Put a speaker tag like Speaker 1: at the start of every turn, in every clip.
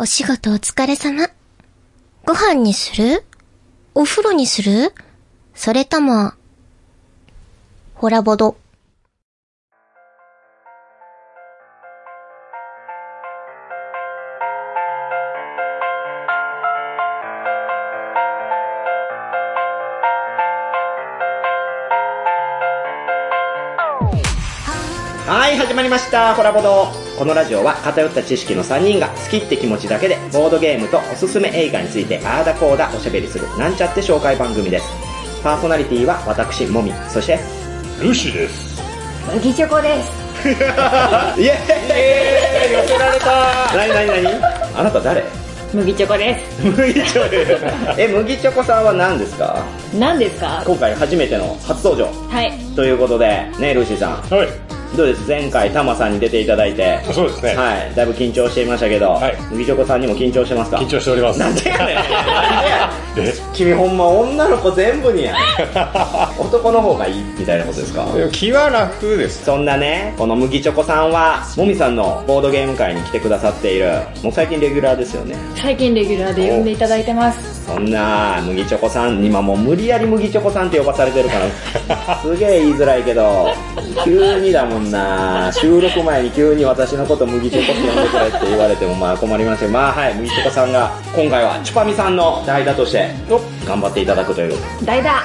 Speaker 1: お仕事お疲れ様。ご飯にするお風呂にするそれとも、ホラボド。
Speaker 2: はい始まりましたコラボドこのラジオは偏った知識の3人が好きって気持ちだけでボードゲームとおすすめ映画についてあーだこーだおしゃべりするなんちゃって紹介番組ですパーソナリティは私もみそして
Speaker 3: ルシです。
Speaker 4: 麦チョコです。
Speaker 2: イエーイ寄せられたなになになにあなた誰
Speaker 4: 麦チョコです。
Speaker 2: 麦チョ コえ麦チョコさんは何ですか
Speaker 4: 何ですか
Speaker 2: 今回初めての初登場
Speaker 4: はい。
Speaker 2: ということでねルーシーさ
Speaker 3: はい。
Speaker 2: んどうです前回タマさんに出ていただいて
Speaker 3: そうですね。
Speaker 2: はい、だいぶ緊張していましたけど、
Speaker 3: はい
Speaker 2: 麦チョコさんにも緊張してますか
Speaker 3: 緊張しております。
Speaker 2: なんでやねんなんでや
Speaker 3: え
Speaker 2: 君ほんま女の子全部にやん 男の方がいいみたいなことですか
Speaker 3: 気は楽です。
Speaker 2: そんなねこの麦チョコさんはもみさんのボードゲーム会に来てくださっているもう最近レギュラーですよね
Speaker 4: 最近レギュラーで呼んでいただいてます。
Speaker 2: そんな麦チョコさん今もう無理やり麦チョコさんって呼ばされてるからすげえ言いづらいけど急にだもんな収録前に急に私のこと麦チョコって呼んでくれって言われてもまあ困りますよまあはい麦チョコさんが今回はチュパミさんの代打として頑張っていただくという
Speaker 4: 代打、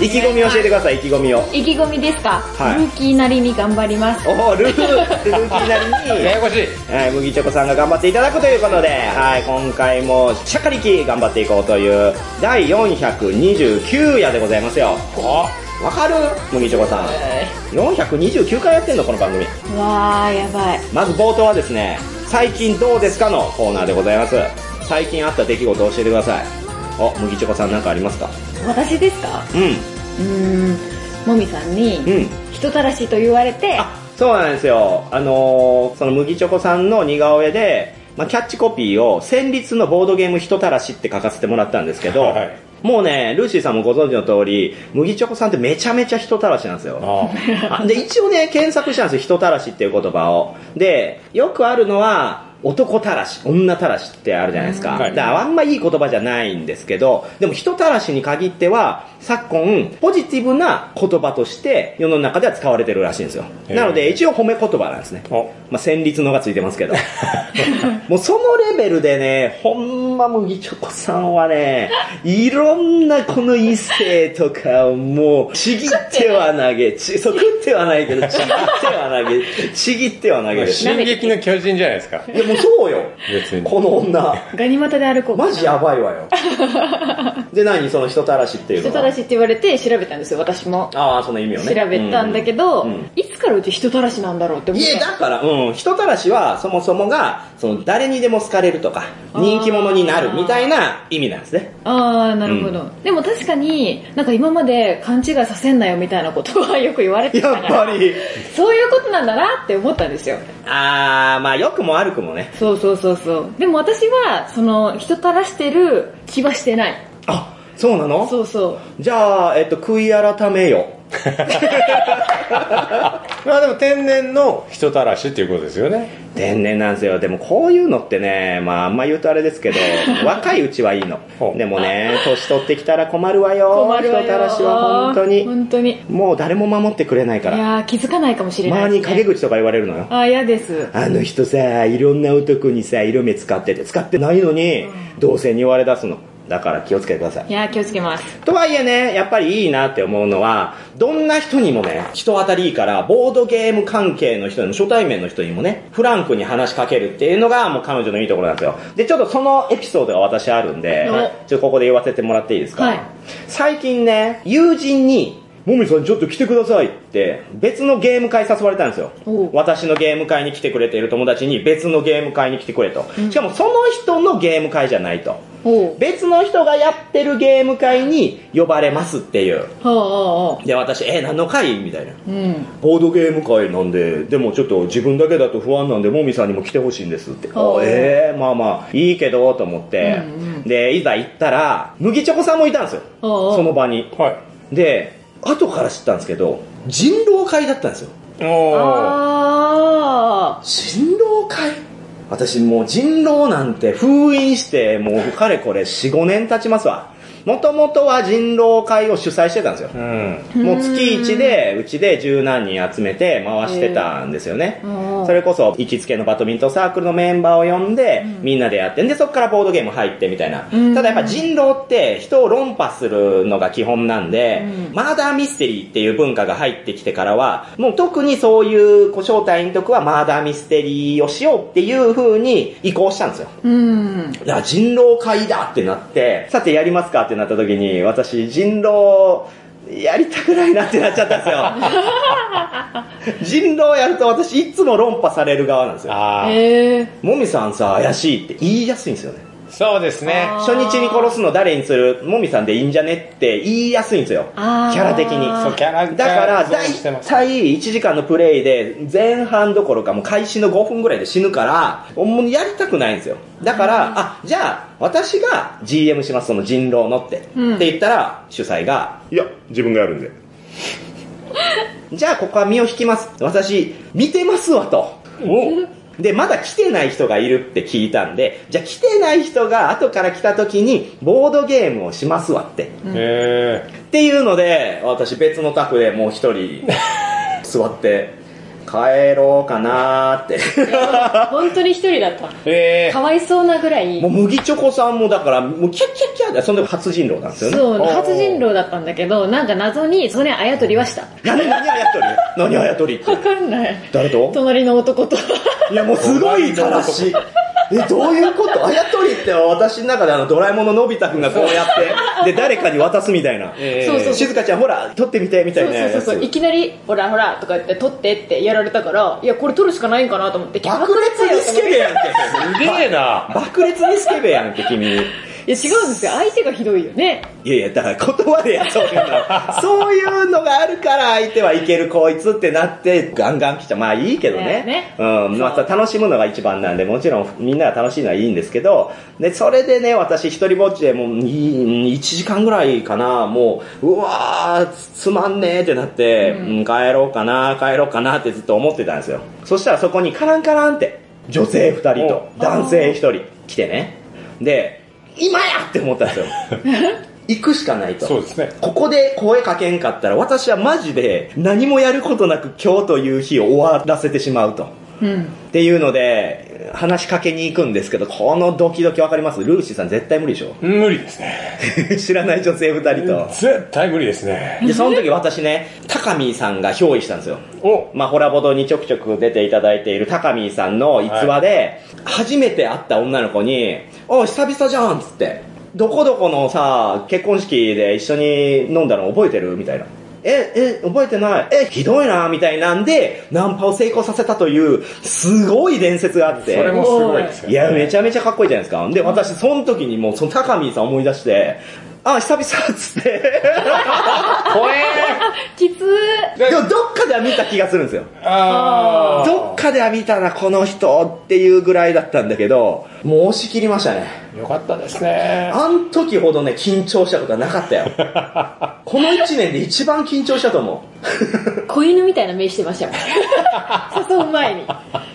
Speaker 2: 意気込み教えてください意気込みを
Speaker 4: 意気込みですか、
Speaker 2: はい
Speaker 4: ルーキーなりに頑張ります。
Speaker 2: おおルールーキーなり に、
Speaker 3: やこしい。
Speaker 2: はい、麦チョコさんが頑張っていただくということで、はい、今回もしゃかりき頑張っていこうという第429夜でございますよ
Speaker 3: あ
Speaker 2: わかる麦チョコさん429回やってんのこの番組
Speaker 4: うわー、やばい。
Speaker 2: まず冒頭はですね最近どうですかのコーナーでございます最近あった出来事を教えてくださいお麦チョコさん何かありますか
Speaker 4: 私ですか
Speaker 2: う
Speaker 4: うーん、もみさん
Speaker 2: んう
Speaker 4: に、
Speaker 2: ん
Speaker 4: 人たらしと言われて、
Speaker 2: あそうなんですよあのーその麦チョコさんの似顔絵で、まあ、キャッチコピーを「戦慄のボードゲーム人たらし」って書かせてもらったんですけど、
Speaker 3: はい
Speaker 2: もうねルーシーさんもご存知の通り麦チョコさんってめちゃめちゃ人たらしなんですよ
Speaker 3: あ。
Speaker 2: あ で一応ね検索したんですよ人たらしっていう言葉をでよくあるのは男たらし女たらしってあるじゃないですか,、
Speaker 3: はい
Speaker 2: だからあんまいい言葉じゃないんですけどでも人たらしに限っては昨今ポジティブな言葉として世の中では使われてるらしいんですよ
Speaker 3: へー
Speaker 2: なので一応褒め言葉なんですね
Speaker 3: お
Speaker 2: まあ、戦慄のがついてますけ どもうそのレベルでねほんま麦チョコさんはねいろんなこの異性とかをもうちぎっては投げちそう食ってはないけどちぎっては投げちぎっては投げる
Speaker 3: 進撃の巨人じゃないですか。
Speaker 2: いやもうそうよ
Speaker 3: 別に
Speaker 2: この女
Speaker 4: ガニ股で歩こう。
Speaker 2: マジやばいわよで何その人たらしっていうの
Speaker 4: 人
Speaker 2: は
Speaker 4: たらしって言われて調べたんですよ、私も。
Speaker 2: ああその意味を
Speaker 4: 調
Speaker 2: ね
Speaker 4: べたんだけど、
Speaker 2: うんうん
Speaker 4: いつからうち人たらしなんだろうって思っ
Speaker 2: いや、
Speaker 4: た。
Speaker 2: だから、うん、人たらしは、そもそもが、その、誰にでも好かれるとか、
Speaker 4: あー
Speaker 2: 人気者になるみたいな意味なんです ね。
Speaker 4: ああ、なるほど、でも確かに、なんか今まで勘違いさせんなよみたいなことはよく言われてたから。
Speaker 2: り。
Speaker 4: そういうことなんだなって思ったんですよ。
Speaker 2: あー、まあ、良くも悪くもね。
Speaker 4: そうそうそうそう。でも私は、その、人たらしてる気はしてない。
Speaker 2: あ、そうなの
Speaker 4: そうそう。
Speaker 2: じゃあ、えっと、悔い改めよ。
Speaker 3: まあでも天然の人たらしっていうことですよね。
Speaker 2: 天然なんですよ。でも、こういうのってね、まあ、あんま言うとあれですけ ど、若いうちはいいの
Speaker 3: ほ。う
Speaker 2: でもね、年取ってきたら困るわよ。
Speaker 4: 困るわよ。
Speaker 2: 人たらしは本当に。
Speaker 4: 本当に。い
Speaker 2: もう誰も守ってくれないから。
Speaker 4: やー、気づかないかもしれない
Speaker 2: 周
Speaker 4: で
Speaker 2: り
Speaker 4: す、
Speaker 2: に
Speaker 4: ね。
Speaker 2: 陰口とか言われるのよ。
Speaker 4: あー、嫌です。
Speaker 2: あの人さ、いろんな男にさ、色目使ってて、使ってないのに、同性に言われ出すの。だから気をつけてください
Speaker 4: い。やー、気をつけます。
Speaker 2: とはいえね、やっぱりいいなって思うのは、どんな人にもね、人当たりいいから、ボードゲーム関係の人にも、初対面の人にもね、フランクに話しかけるっていうのが、もう彼女のいいところなんですよ。で、ちょっとそのエピソードが私あるんで、
Speaker 4: お
Speaker 2: ちょっとここで言わせてもらっていいですか、
Speaker 4: はい
Speaker 2: 最近ね、友人に、もみさんちょっと来てくださいって、別のゲーム会誘われたんですよ
Speaker 4: おう。
Speaker 2: 私のゲーム会に来てくれている友達に別のゲーム会に来てくれと。しかもその人のゲーム会じゃないと。
Speaker 4: ほう。
Speaker 2: 別の人がやってるゲーム会に呼ばれますっていう。
Speaker 4: ほうほうほ
Speaker 2: で、私、え、何の会みたいな。
Speaker 4: う。うん。
Speaker 2: ボードゲーム会なんで、でもちょっと自分だけだと不安なんで、もみさんにも来てほしいんですって。あ
Speaker 4: おー
Speaker 2: ええまあまあ、いいけど、と思って。
Speaker 4: うんうん
Speaker 2: で、いざ行ったら、麦チョコさんもいたんですよ。
Speaker 4: おうおう
Speaker 2: その場に。
Speaker 3: は
Speaker 2: で、後から知ったんですけど、人狼会だったんですよ。
Speaker 3: い。おー
Speaker 4: あ
Speaker 2: 人狼会私もう人狼なんて封印してもうかれこれ4、5年経ちますわ。もともとは人狼会を主催してたんですよ。
Speaker 3: うん。
Speaker 2: もう月1で、うちで十何人集めて回してたんですよね。
Speaker 4: うん
Speaker 2: それこそ、行きつけのバドミントンサークルのメンバーを呼んで、みんなでやってんで、そこからボードゲーム入ってみたいな。
Speaker 4: ん
Speaker 2: ただやっぱ人狼って人を論破するのが基本なんで、
Speaker 4: うん
Speaker 2: マーダーミステリーっていう文化が入ってきてからは、もう特にそういうこう招待員とかはマーダーミステリーをしようっていう風に移行したんですよ。
Speaker 4: うん。
Speaker 2: いや、人狼会だってなって、さてやりますかってなった時に、私、人狼、やりたくないなってなっちゃったん ですよ。人狼やると私、いつも論破される側なんですよ。
Speaker 3: ああ、
Speaker 4: へえ。
Speaker 2: もみさんさ、怪しいって言いやすいんですよね。
Speaker 3: そうですね。
Speaker 4: あー
Speaker 2: 初日に殺すの誰にするもみさんでいいんじゃねって言いやすいんですよ。キ
Speaker 4: あー
Speaker 2: ャラ的に。
Speaker 3: そうキャラが
Speaker 2: だから、
Speaker 3: そう
Speaker 2: だい
Speaker 3: してます
Speaker 2: たい1時間のプレイで、前半どころかもう開始の5分ぐらいで死ぬから、もうやりたくないんですよ。だから、あ、じゃあ、私が GM します、その人狼のって。
Speaker 4: うん
Speaker 2: って言ったら、主催が、
Speaker 5: いや、自分がやるんで。
Speaker 2: じゃあここは身を引きます。私、見てますわと。で、まだ来てない人がいるって聞いたんで、じゃあ来てない人が後から来た時に、ボードゲームをしますわって。
Speaker 3: へえ。
Speaker 2: っていうので、私別の宅でもう 一人座って、帰ろうかなーって。
Speaker 6: 本当に一人だった。
Speaker 3: ええ
Speaker 6: かわいそうなぐらい
Speaker 2: もう。麦チョコさんもだから、もうキャッキャッキャッって、その時初人狼なんですよね。
Speaker 4: そう、
Speaker 3: おー
Speaker 4: 初人狼だったんだけど、なんか謎に、それあやとりはした。
Speaker 2: 何、何あやとり何あやとりって
Speaker 4: わ。かんない。
Speaker 2: 誰と
Speaker 4: 隣の男と。
Speaker 2: いやもうすごいたらし。え、どういうことあやとりって私の中であのドラえもんののび太くんがこうやって、 で、誰かに渡すみたいな。
Speaker 3: ええ
Speaker 6: そうそう
Speaker 2: 静香ちゃんほら、撮ってみてみた
Speaker 6: そ
Speaker 2: いうな
Speaker 6: そう
Speaker 2: や
Speaker 6: そうそう。い
Speaker 2: つ。
Speaker 6: きなり、ほらほらとか言って、撮ってってやられたから、いや、これ撮るしかないんかなと思って、
Speaker 2: 爆裂にスケベやんけ。
Speaker 3: すげえな。
Speaker 2: 爆裂にスケベやんけ、君。い
Speaker 6: いや、違うんですよ。相手がひどいよね。
Speaker 2: やいや、だから言葉でやそういう の。そういうのがあるから相手はいけるこいつってなって、ガンガン来ちゃう。まあいいけど
Speaker 4: だ
Speaker 2: ね
Speaker 4: よ。ね
Speaker 2: うん。また楽しむのが一番なんで、もちろんみんなが楽しいのはいいんですけど、で、それでね、私一人ぼっちでもう1時間ぐらいかな、もう、うわー、つまんねーってなって、うん帰ろうかな、帰ろうかなってずっと思ってたんですよ。そしたらそこにカランカランって、女性二人と男性一人来てね。で、今やって思ったん ですよ。行くしかないと。
Speaker 3: そうですね。
Speaker 2: ここで声かけんかったら私はマジで何もやることなく今日という日を終わらせてしまうと。
Speaker 4: うん。
Speaker 2: っていうので、話しかけに行くんですけど、このドキドキわかりますルーシーさん絶対無理でしょ
Speaker 3: 無理ですね。
Speaker 2: 知らない女性二人と。
Speaker 3: 絶対無理ですね。
Speaker 2: で、その時私ね、高見さんが憑依したんですよ。
Speaker 3: お
Speaker 2: まあ、ホラボドにちょくちょく出ていただいている高見さんの逸話で、初めて会った女の子に、おい、久々じゃんっつって、どこどこのさ、結婚式で一緒に飲んだの覚えてるみたいな。え、え、覚えてないえ、ひどいなみたいなんで、ナンパを成功させたという、すごい伝説があっ
Speaker 3: そ
Speaker 2: て。
Speaker 3: れもすごいですよ
Speaker 2: いや、めちゃめちゃかっこいいじゃないですか。で、私、その時にもう、その高見さん思い出して、あ、久々っつ って。
Speaker 3: 怖え
Speaker 4: きつー。
Speaker 2: で
Speaker 3: で
Speaker 2: も、どっかでは見た気がするんですよ。
Speaker 3: あー
Speaker 2: どっかでは見たな、この人っていうぐらいだったんだけど、もう押し切りました ね。
Speaker 3: よかったですね。
Speaker 2: あん時ほどね、緊張したことはなかったよ。この1年で一番緊張したと思う。
Speaker 6: 子犬みたいな目してました もん。誘う前に。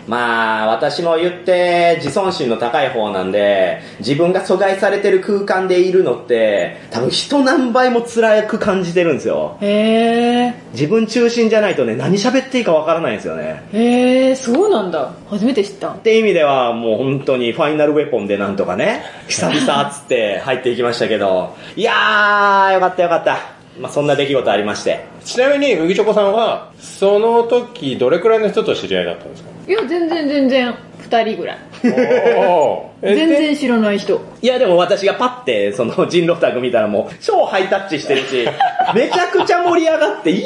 Speaker 2: まあ、私も言って、自尊心の高い方なんで、自分が阻害されてる空間でいるのって、多分人何倍も辛く感じてるんですよ。
Speaker 6: へえ。
Speaker 2: 自分中心じゃないとね、何喋っていいかわからないんですよね。
Speaker 6: へえ、そうなんだ。初めて知った。
Speaker 2: って意味ではもう本当にファイナルウェポンでなんとかね、久々っつって入っていきましたけど、いやー、よかったよかった。まあ、そんな出来事ありまして。
Speaker 3: ちなみに、麦チョコさんは、その時、どれくらいの人と知り合いだったんですか
Speaker 4: いや、全然全然、二人ぐらい。
Speaker 3: おーえ
Speaker 4: 全
Speaker 3: で
Speaker 4: 然知らない人。
Speaker 2: いや、でも私がパッて、その人狼タグ見たらもう、超ハイタッチしてるし、めちゃくちゃ盛り上がって、イエ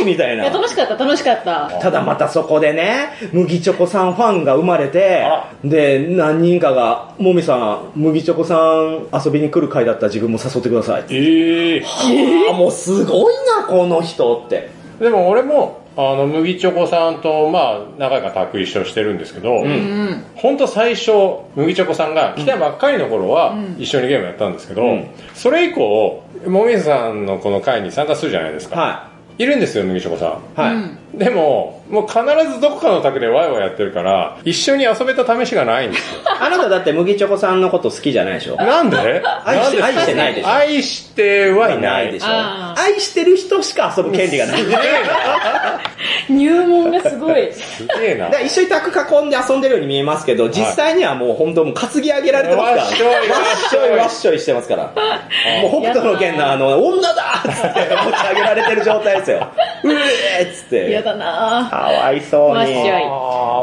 Speaker 2: ーイみたい
Speaker 6: いや、
Speaker 2: な。
Speaker 6: 楽しかった、楽しかった。
Speaker 2: ただまたそこでね、麦チョコさんファンが生まれて
Speaker 3: あ、
Speaker 2: で、何人かが、もみさん、麦チョコさん遊びに来る回だったら自分も誘ってくださいって。
Speaker 3: ええ
Speaker 2: あーもうすごいな、この人って。
Speaker 3: でも俺も、あの、麦チョコさんと、まあ、長いかタッグ一緒してるんですけど、
Speaker 4: うん。
Speaker 3: ほんと最初、麦チョコさんが来たばっかりの頃は、一緒にゲームやったんですけど、
Speaker 2: うん
Speaker 3: それ以降、もみさんのこの会に参加するじゃないですか。、
Speaker 2: はい
Speaker 3: るんですよ、麦チョコさん。
Speaker 2: い。はい。
Speaker 4: うん
Speaker 3: でも、もう必ずどこかの宅でワイワイやってるから、一緒に遊べた試しがないんですよ。
Speaker 2: あなただって麦チョコさんのこと好きじゃないでしょ
Speaker 3: なんで
Speaker 2: 愛して
Speaker 3: ん
Speaker 2: 愛してないでしょ
Speaker 3: 愛してはいない
Speaker 2: でし
Speaker 3: ょ。
Speaker 2: ょ
Speaker 4: あー
Speaker 2: 愛してる人しか遊ぶ権利がない。だ
Speaker 6: 入門がすご い。
Speaker 3: すげえな
Speaker 2: か。ら一緒に卓囲んで遊んでるように見えますけど、実際にはもう本当もう担ぎ上げられてますから。
Speaker 3: わっしょい
Speaker 2: わっしょいわっしょいしてますから。もう北斗の剣のあの、女だっつって持ち上げられてる状態ですよ。うえーっつって。
Speaker 4: 嫌だなぁ。
Speaker 2: かわいそう
Speaker 4: わっ
Speaker 2: に
Speaker 4: し。ょい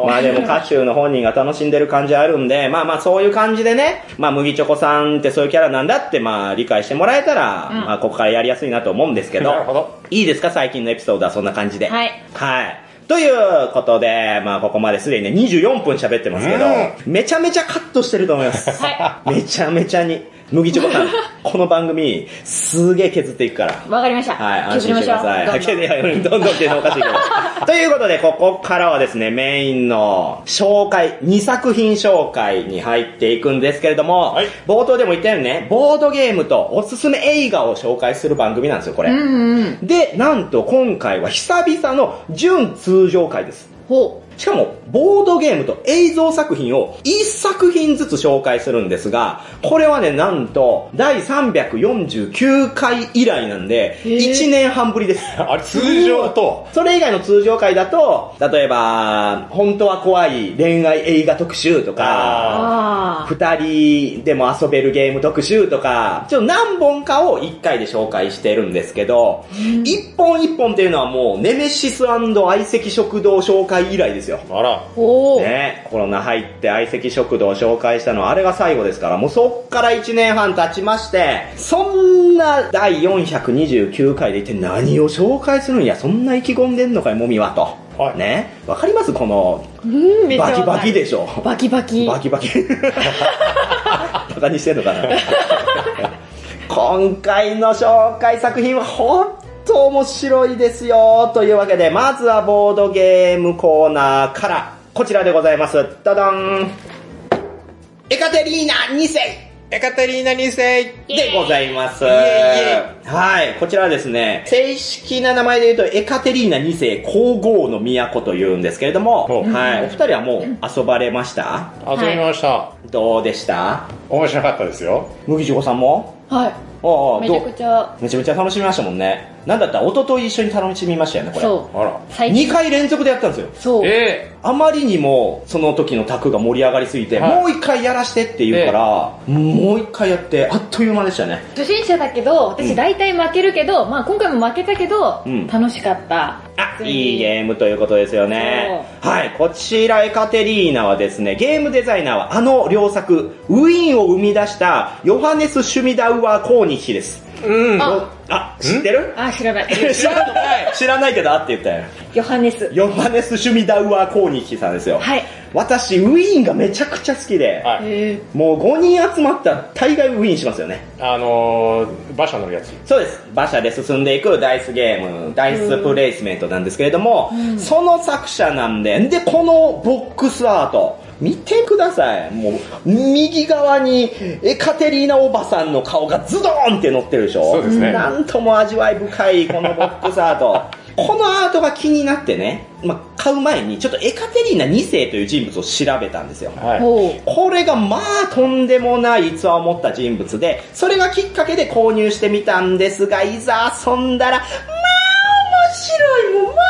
Speaker 2: まあでも歌手の本人が楽しんでる感じあるんで、まあまあそういう感じでね、まあ麦チョコさんってそういうキャラなんだってまあ理解してもらえたら、まあここからやりやすいなと思うんですけど、
Speaker 3: なるほど
Speaker 2: いいですか最近のエピソードはそんな感じで。
Speaker 4: はい。
Speaker 2: はい。ということで、まあここまですでにね24分喋ってますけど、
Speaker 3: う
Speaker 2: めちゃめちゃカットしてると思います。めちゃめちゃに。麦チョコ さん、この番組、すげえ削っていくから。
Speaker 4: わかりました。
Speaker 2: はい、安
Speaker 4: 削り
Speaker 2: 心
Speaker 4: ま
Speaker 2: し
Speaker 4: して
Speaker 2: く
Speaker 4: ょう。
Speaker 2: ださい。
Speaker 4: ど
Speaker 2: はい い
Speaker 4: んどん
Speaker 2: やどんどんっていうのおかしいけど。ということで、ここからはですね、メインの紹介、2作品紹介に入っていくんですけれども、
Speaker 3: はい
Speaker 2: 冒頭でも言ったようにね、ボードゲームとおすすめ映画を紹介する番組なんですよ、これ。で、なんと今回は久々の準通常回です。
Speaker 4: ほう。
Speaker 2: しかも、ボードゲームと映像作品を1作品ずつ紹介するんですが、これはね、なんと、第349回以来なんで、1年半ぶりです。
Speaker 3: あれ、通常と、
Speaker 2: それ以外の通常回だと、例えば、本当は怖い恋愛映画特集とか、
Speaker 3: あ
Speaker 4: あ
Speaker 2: 二人でも遊べるゲーム特集とか、ちょっと何本かを一回で紹介してるんですけど、一本一本っていうのはもう、ネメシス相席食堂紹介以来ですよ。
Speaker 3: ーあら、
Speaker 4: ー。ほう。
Speaker 2: ね、コロナ入って相席食堂を紹介したのはあれが最後ですから、もうそっから1年半経ちまして、そんな第429回で一体何を紹介するんや、そんな意気込んでんのかい、もみはと。
Speaker 3: はい
Speaker 2: ね、わかりますこの、
Speaker 4: うん、めっちゃ
Speaker 2: バキ
Speaker 4: わかる
Speaker 2: バキでしょ。
Speaker 4: バキバキ。
Speaker 2: バキバキ。バカにしてんのかな。今回の紹介作品は本当面白いですよ。というわけで、まずはボードゲームコーナーから、こちらでございます。ダダンエカテリーナ2世
Speaker 3: エカテリーナ2世
Speaker 2: でございます。
Speaker 3: エ
Speaker 2: はい。こちらはですね、正式な名前で言うと、エカテリーナ2世皇后の都というんですけれども、
Speaker 3: ほう
Speaker 2: はい。お二人はもう遊ばれました
Speaker 3: 遊びました、
Speaker 2: どうでした
Speaker 3: 面白かったですよ。
Speaker 2: 麦ちこさんも
Speaker 4: はい。
Speaker 2: ああ、
Speaker 4: め
Speaker 2: ど
Speaker 4: ち
Speaker 2: う
Speaker 4: ゃくちゃ、
Speaker 2: めちゃめちゃ楽しみましたもんね。なんだったら、一昨日一緒に楽しみましたよね、これ。
Speaker 4: そ
Speaker 3: あら
Speaker 4: う。。最
Speaker 2: 2
Speaker 4: 近。
Speaker 2: 回連続でやったんですよ。
Speaker 4: そう。
Speaker 3: え
Speaker 2: あまりにも、その時のタクが盛り上がりすぎて、
Speaker 3: はい
Speaker 2: もう一回やらしてって言うから、もう一回やって、あっという間でしたね。
Speaker 4: 初心者だけど、私大体負けるけど、まあ今回も負けたけど、
Speaker 2: うん
Speaker 4: 楽しかった。
Speaker 2: あ、いいゲームということですよね。はい、こちらエカテリーナはですね、ゲームデザイナーはあの両作、ウィーンを生み出した、ヨハネス・シュミダウアー・コーニッヒです。
Speaker 3: うん。
Speaker 2: あ、知ってる
Speaker 4: あ、知らない。
Speaker 2: 知らない知らないけど、あって言ったよ。
Speaker 4: ヨハネス。
Speaker 2: ヨハネス・シュミダウアー・コーニッヒさんですよ。
Speaker 4: はい。
Speaker 2: 私、ウィーンがめちゃくちゃ好きで、
Speaker 3: はい。
Speaker 4: え
Speaker 2: もう5人集まったら大概ウィーンしますよね。
Speaker 3: あのー、馬車乗るやつ。
Speaker 2: そうです。馬車で進んでいくダイスゲーム、ダイスプレイスメントなんですけれども、その作者なんで、で、このボックスアート、見てください。もう、右側にエカテリーナおばさんの顔がズドーンって乗ってるでしょ
Speaker 3: そうですね
Speaker 2: なんとも味わい深い、このボックスアート。 このアートが気になってね、まあ、買う前に、ちょっとエカテリーナ2世という人物を調べたんですよ。
Speaker 4: ー、
Speaker 3: はい。
Speaker 4: ほう。
Speaker 2: これがまあとんでもない逸話を持った人物で、それがきっかけで購入してみたんですが、いざ遊んだら、まあ面白いもん、ま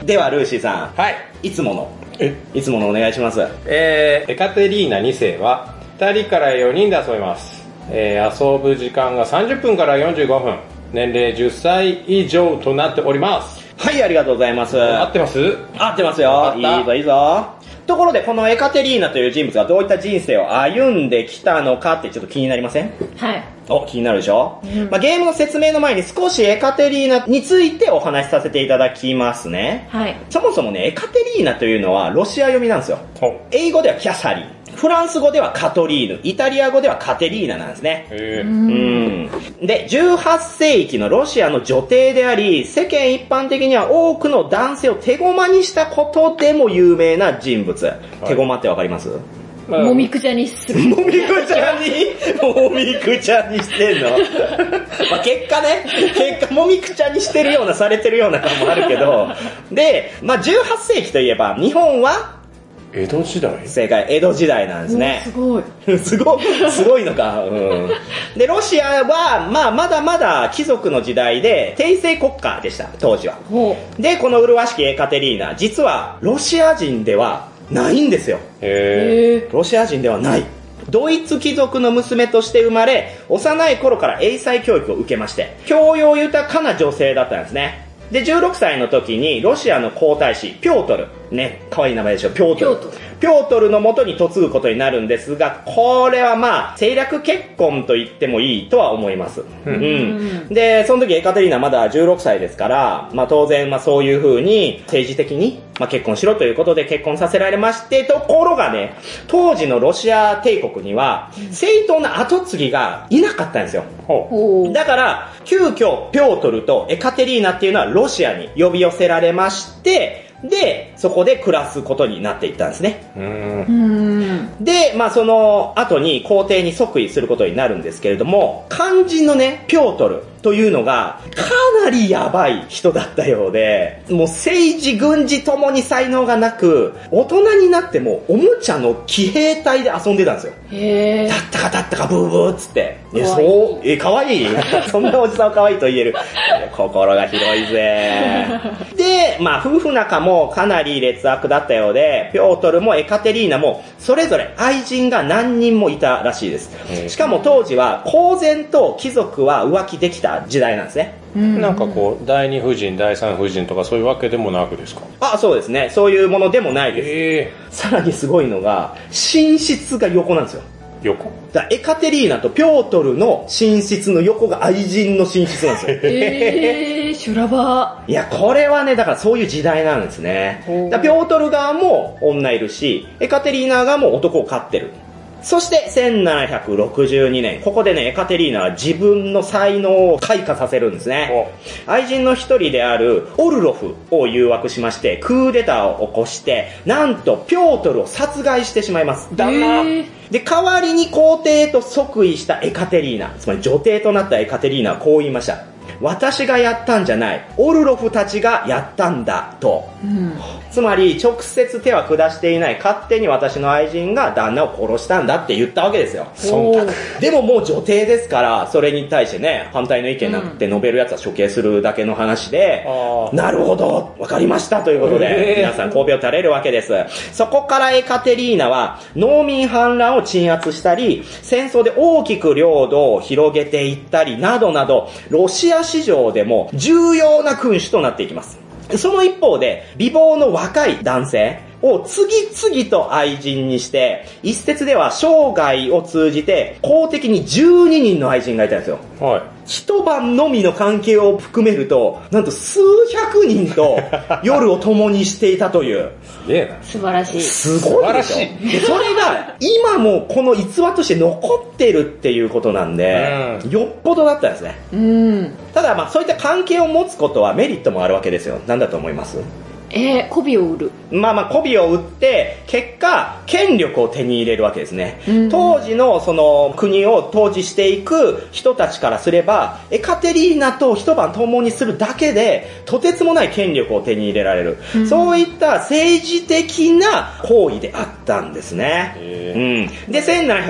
Speaker 2: あではルーシーさ
Speaker 3: は
Speaker 2: ん、
Speaker 3: い。
Speaker 2: いつもの、
Speaker 3: え、
Speaker 2: いつものお願いします。
Speaker 3: えーエカテリーナ2世は2人から4人で遊べます、えー遊ぶ時間が30分から45分年齢10歳以上となっております、
Speaker 2: はい、ありがとうございます。
Speaker 3: 合ってます
Speaker 2: 合ってます
Speaker 3: よ
Speaker 2: よ。
Speaker 3: かった
Speaker 2: いいぞ、いいぞ。ところで、このエカテリーナという人物がどういった人生を歩んできたのかってちょっと気になりません
Speaker 4: はい。
Speaker 2: お、気になるでしょ、まあ、ゲームの説明の前に少しエカテリーナについてお話しさせていただきますね。
Speaker 4: はい。
Speaker 2: そもそもね、エカテリーナというのはロシア読みなんですよ。
Speaker 3: ほ
Speaker 2: 英語ではキャサリン、フランス語ではカトリーヌ、イタリア語ではカテリーナなんですね。
Speaker 3: え
Speaker 2: う
Speaker 3: ー
Speaker 2: ん。で、18世紀のロシアの女帝であり、世間一般的には多くの男性を手駒にしたことでも有名な人物。手駒ってわかります
Speaker 3: うん
Speaker 4: もみくちゃにする。
Speaker 2: もみくちゃに、もみくちゃにしてんの。まあ結果ね、結果もみくちゃにしてるような、されてるような感もあるけど、で、まあ18世紀といえば、日本は、
Speaker 3: 江戸時代
Speaker 2: 正解、江戸時代なんですね
Speaker 4: す。ごい。
Speaker 2: すご、すごいのか。うん。で、ロシアは、まあまだまだ貴族の時代で、帝政国家でした、当時は。
Speaker 4: ほ
Speaker 2: で、この麗しきエカテリーナ、実は、ロシア人ではないんですよ。
Speaker 4: う。
Speaker 3: へ
Speaker 4: へえ。
Speaker 2: ロシア人ではない。ドイツ貴族の娘として生まれ、幼い頃から英才教育を受けまして、教養豊かな女性だったんですね。で、16歳の時に、ロシアの皇太子、ピョートル。ね、可愛い名前でしょ、ピョート
Speaker 6: ピョ
Speaker 2: ル。
Speaker 6: ートル
Speaker 2: ピョートルのもとに嫁ぐことになるんですが、これはまあ、政略結婚と言ってもいいとは思います。
Speaker 3: うん
Speaker 2: うんで、その時エカテリーナまだ16歳ですから、まあ当然、まあそういう風に政治的に、まあ結婚しろということで結婚させられまして、ところがね、当時のロシア帝国には、正当な跡継ぎがいなかったんですよ。
Speaker 3: ーほ
Speaker 4: ほう。
Speaker 2: だから、急遽、ピョートルとエカテリーナっていうのはロシアに呼び寄せられまして、で、そこで暮らすことになっていったんですね。
Speaker 3: ううん
Speaker 4: うーん。
Speaker 2: で、まあその後に皇帝に即位することになるんですけれども、肝心のね、ピョートルというのが、かなりやばい人だったようで、もう政治、軍事ともに才能がなく、大人になってもおもちゃの騎兵隊で遊んでたんですよ。
Speaker 4: へえ
Speaker 2: だ。ったかだったかブーブーっつって。いや、
Speaker 4: かわいい
Speaker 2: そう、え、かわい いそんなおじさんをかわいいと言え る。心が広いぜ。で、まあ、夫婦仲もかなり劣悪だったようで、ピョートルもエカテリーナも、それぞれ愛人が何人もいたらしいです
Speaker 3: へ。え
Speaker 2: しかも当時は、公然と貴族は浮気できた時代なんですね。
Speaker 3: なんかこう第二夫人第三夫人とかそういうわけでもなくですか
Speaker 2: あ、そうですね。そういうものでもないです。
Speaker 3: え
Speaker 2: さらにすごいのが、寝室が横なんですよ。
Speaker 3: え横
Speaker 2: だからエカテリーナとピョートルの寝室の横が愛人の寝室なんですよ。
Speaker 4: へえ。修羅場。
Speaker 2: いや、これはね、だからそういう時代なんですね
Speaker 4: ほ。う
Speaker 2: だからピョートル側も女いるし、エカテリーナ側も男を飼ってる。そして、1762年、ここでね、エカテリーナは自分の才能を開花させるんですね。愛人の一人であるオルロフを誘惑しまして、クーデターを起こして、なんとピョートルを殺害してしまいます。
Speaker 4: へえ。
Speaker 2: で、代わりに皇帝と即位したエカテリーナ、つまり女帝となったエカテリーナはこう言いました。私がやったんじゃない。オルロフたちがやったんだ、と。
Speaker 4: うん。
Speaker 2: つまり、直接手は下していない。勝手に私の愛人が旦那を殺したんだって言ったわけですよ。
Speaker 3: 忖度
Speaker 2: でももう女帝ですから、それに対してね、反対の意見なんて述べる奴は処刑するだけの話で、
Speaker 3: あ
Speaker 2: なるほど、わかりましたということで、
Speaker 3: えー
Speaker 2: 皆さん神戸を垂れるわけです。そこからエカテリーナは農民反乱を鎮圧したり、戦争で大きく領土を広げていったりなどなど、ロシア市場でも重要な君主となっていきます。その一方で、美貌の若い男性を次々と愛人にして、一説では生涯を通じて公的に12人の愛人がいたんですよ。
Speaker 3: あはい
Speaker 2: 一晩のみの関係を含めると、なんと数百人と夜を共にしていたという。
Speaker 3: すげえな
Speaker 4: 素晴らしい。
Speaker 2: すごいでし
Speaker 3: 素晴
Speaker 2: ょ。でそれが、今もこの逸話として残ってるっていうことなんで、
Speaker 3: う
Speaker 2: よっぽどだったんですね。
Speaker 4: うん。
Speaker 2: ただまあそういった関係を持つことはメリットもあるわけですよ。なんだと思います
Speaker 4: えー、媚びを売る。
Speaker 2: まあまあ、媚びを売って、結果、権力を手に入れるわけですね。
Speaker 4: うん
Speaker 2: 当時のその国を統治していく人たちからすれば、エカテリーナと一晩共にするだけで、とてつもない権力を手に入れられる。そういった政治的な行為であったんですね。
Speaker 3: へ
Speaker 2: うんうん。で、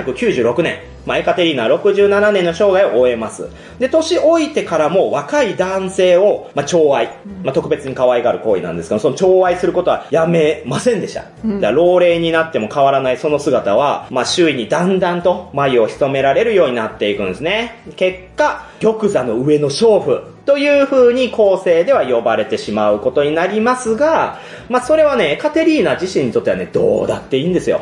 Speaker 2: 1796年、まあ、エカテリーナは67年の生涯を終えます。で、年老いてからも若い男性を、まあ、寵愛。まあ、特別に可愛がる行為なんですけど、その寵愛することはやめませんでした。だから老齢になっても変わらないその姿は、まあ、周囲にだんだんと眉を潜められるようになっていくんですね。結果、玉座の上の勝負。という風に構成では呼ばれてしまうことになりますが、まあそれはね、エカテリーナ自身にとってはね、どうだっていいんですよ。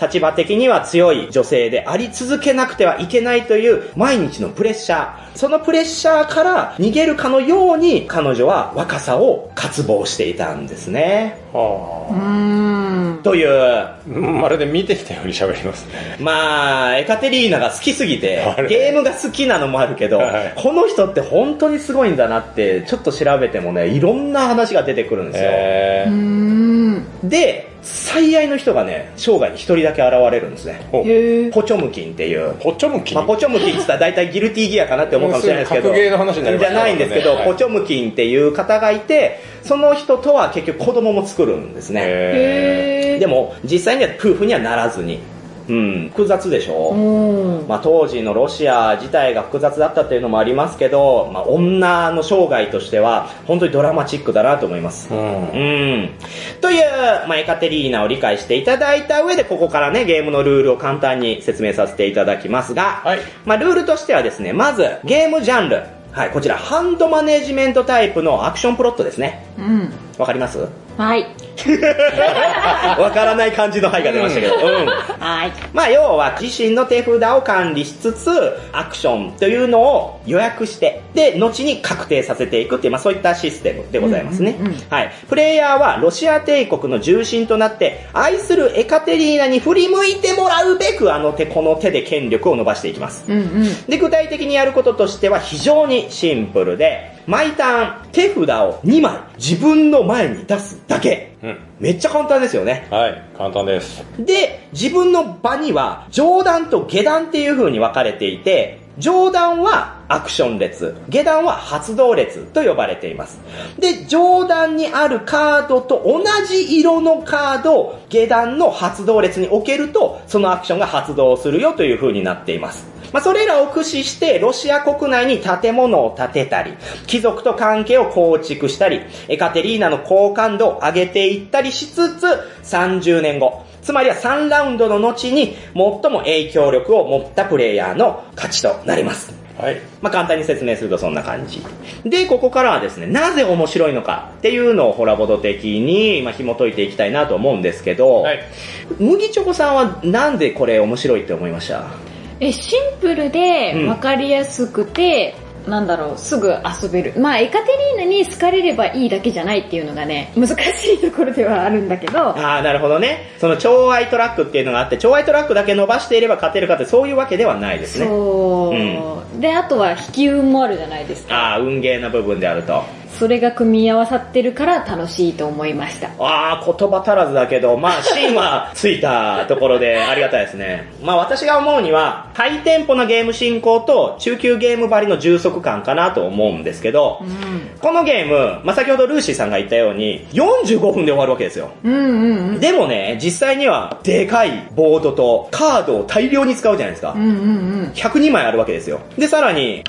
Speaker 2: 立場的には強い女性であり続けなくてはいけないという毎日のプレッシャー。そのプレッシャーから逃げるかのように彼女は若さを渇望していたんですね。
Speaker 3: あ
Speaker 4: うーん。
Speaker 2: という、
Speaker 3: あまるで見てきたように喋りますね
Speaker 2: まあ、エカテリーナが好きすぎて
Speaker 3: あ、れ
Speaker 2: ゲームが好きなのもあるけど、
Speaker 3: はい
Speaker 2: この人って本当にすごいんだなって、ちょっと調べてもね、いろんな話が出てくるんですよ。
Speaker 3: へえ
Speaker 4: うーん。
Speaker 2: で、最愛の人がね、生涯に一人だけ現れるんですね。
Speaker 3: ほう
Speaker 4: へえ
Speaker 2: ポチョムキンっていう。
Speaker 3: ポッチョムキン、
Speaker 2: まあ、ポチョムキンって言ったら大体ギルティギアかなって思うかもしれないですけど。
Speaker 3: 格ゲーの話になります
Speaker 2: じゃないんですけど、
Speaker 3: はい
Speaker 2: ポチョムキンっていう方がいて、その人とは結局子供も作るんですね。
Speaker 3: へ
Speaker 2: でも、実際には夫婦にはならずに。うん、複雑でしょ
Speaker 4: うん
Speaker 2: まあ、当時のロシア自体が複雑だったっていうのもありますけど、まあ、女の生涯としては本当にドラマチックだなと思います
Speaker 3: ー。うん
Speaker 2: うん。という、まあ、エカテリーナを理解していただいた上で、ここからね、ゲームのルールを簡単に説明させていただきますが、
Speaker 3: はい
Speaker 2: まあ、ルールとしてはですね、まず、ゲームジャンル。はい、こちら、ハンドマネジメントタイプのアクションプロットですね。
Speaker 4: うん
Speaker 2: わかります
Speaker 4: はい
Speaker 2: わからない感じのはいが出ましたけど。うん。
Speaker 4: はい
Speaker 2: まあ、要は、自身の手札を管理しつつ、アクションというのを予約して、で、後に確定させていくっていう、まあ、そういったシステムでございますね。
Speaker 4: うんうんうん
Speaker 2: はい。プレイヤーは、ロシア帝国の重心となって、愛するエカテリーナに振り向いてもらうべく、あの手この手で権力を伸ばしていきます。
Speaker 4: うんうん
Speaker 2: で、具体的にやることとしては非常にシンプルで、毎ターン、手札を2枚、自分の前に出すだけ。
Speaker 3: うん
Speaker 2: めっちゃ簡単ですよね。
Speaker 3: はい、簡単です。
Speaker 2: で、自分の場には上段と下段っていう風に分かれていて、上段はアクション列、下段は発動列と呼ばれています。で、上段にあるカードと同じ色のカードを下段の発動列に置けると、そのアクションが発動するよという風になっています。まあ、それらを駆使して、ロシア国内に建物を建てたり、貴族と関係を構築したり、エカテリーナの好感度を上げていったりしつつ、30年後、つまりは3ラウンドの後に、最も影響力を持ったプレイヤーの勝ちとなります。
Speaker 3: はい。
Speaker 2: まあ、簡単に説明するとそんな感じ。で、ここからはですね、なぜ面白いのかっていうのをホラボド的に、まあ、紐解いていきたいなと思うんですけど、
Speaker 3: はい。
Speaker 2: 麦チョコさんはなんでこれ面白いって思いました
Speaker 4: えシンプル
Speaker 2: う
Speaker 4: で
Speaker 2: ん
Speaker 4: 分かりやすくて、なんだろうすぐ遊べるまあエカテリーナに好かれればいいだけじゃないっていうのがね難しいところではあるんだけど
Speaker 2: ああ、なるほどね。その、超愛トラックっていうのがあって、超愛トラックだけ伸ばしていれば勝てるかって、そういうわけではないですね。
Speaker 4: そう、であとは引き運もあるじゃないですか
Speaker 2: ああ、運ゲーな部分であると。
Speaker 4: それが組み合わさってるから楽しいと思いました
Speaker 2: ああ、言葉足らずだけど、まあ、芯はついたところでありがたいですね。まあ、私が思うには、ハイテンポなゲーム進行と、中級ゲームばりの充足感かなと思うんですけど、このゲーム、まあ、先ほどルーシーさんが言ったように、45分で終わるわけですよ。
Speaker 4: うんうん
Speaker 2: でもね、実際には、でかいボードと、カードを大量に使うじゃないですか。
Speaker 4: うんうんうんうん
Speaker 2: 102枚あるわけですよ。で、さらに、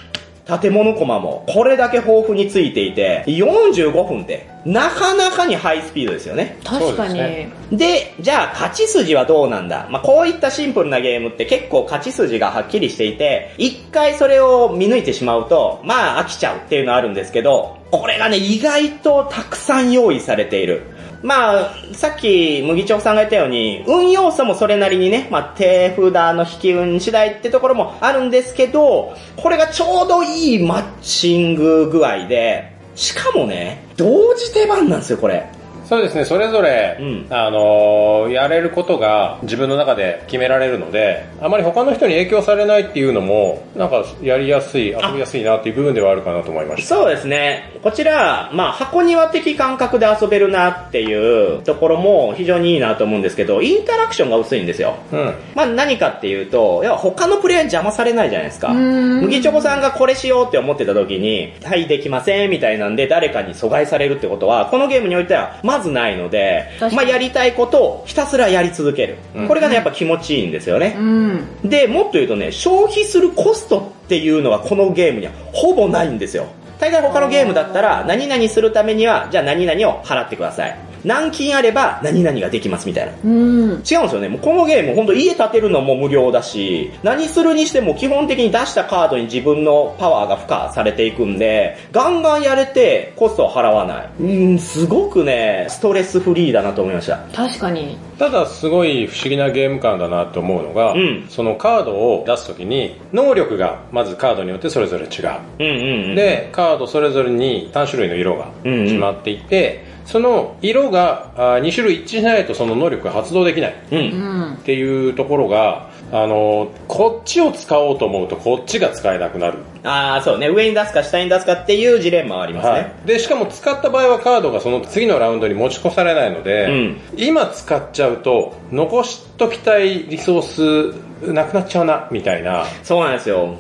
Speaker 2: 建物コマも、これだけ豊富についていて、45分って、なかなかにハイスピードですよね。
Speaker 4: 確
Speaker 3: そう
Speaker 4: か
Speaker 3: です
Speaker 4: に、
Speaker 3: ね
Speaker 2: で、じゃあ、勝ち筋はどうなんだまあ、こういったシンプルなゲームって結構勝ち筋がはっきりしていて、一回それを見抜いてしまうと、まあ、飽きちゃうっていうのはあるんですけど、これがね、意外とたくさん用意されている。まあ、さっき、麦長さんが言ったように、運要素もそれなりにね、まあ、手札の引き運次第ってところもあるんですけど、これがちょうどいいマッチング具合で、しかもね、同時手番なんですよ、これ。
Speaker 3: そうですね、それぞれ、
Speaker 2: うん
Speaker 3: あのーやれることが自分の中で決められるので、あまり他の人に影響されないっていうのも、なんかやりやすい、遊びやすいなっていう部分ではあるかなと思いました。
Speaker 2: そうですね。こちら、まあ、箱庭的感覚で遊べるなっていうところも非常にいいなと思うんですけど、インタラクションが薄いんですよ。
Speaker 3: うん。
Speaker 2: まあ、何かっていうと、要は他のプレイヤーに邪魔されないじゃないですか。
Speaker 4: ん
Speaker 2: 麦チョコさんがこれしようって思ってた時に、はい、できませんみたいなんで誰かに阻害されるってことは、このゲームにおいてはまずないので
Speaker 4: 確か、に
Speaker 2: まあ、やりたいことをひたすらやり続ける。
Speaker 3: うん
Speaker 2: これがね、やっぱ気持ちいいんですよね
Speaker 4: う。ん
Speaker 2: で、もっと言うとね、消費するコストっていうのはこのゲームにはほぼないんですよ。大概他のゲームだったら、何々するためには、じゃあ何々を払ってください。何金あれば何々ができますみたいな。
Speaker 4: うん
Speaker 2: 違うんですよね。もうこのゲーム、ほんと家建てるのも無料だし、何するにしても基本的に出したカードに自分のパワーが付加されていくんで、ガンガンやれてコストを払わない。うん、すごくね、ストレスフリーだなと思いました。
Speaker 4: 確かに
Speaker 3: ただすごい不思議なゲーム感だなと思うのが、
Speaker 2: うん
Speaker 3: そのカードを出すときに能力がまずカードによってそれぞれ違う、
Speaker 2: うんうんうん。、
Speaker 3: でカードそれぞれに3種類の色が
Speaker 2: うんうん
Speaker 3: 決まっていて、その色が2種類一致しないとその能力が発動できないっ
Speaker 2: うん
Speaker 4: う。ん
Speaker 3: ていうところがあのこっちを使おうと思うとこっちが使えなくなるっ
Speaker 2: ああ、そうね。上に出すか下に出すかっていうジレンマはありますね。
Speaker 3: はい、でしかも使った場合はカードがその次のラウンドに持ち越されないので、
Speaker 2: うん
Speaker 3: 今使っちゃうと残しときたいリソースなくなっちゃうなみたいな
Speaker 2: そうなんですよ。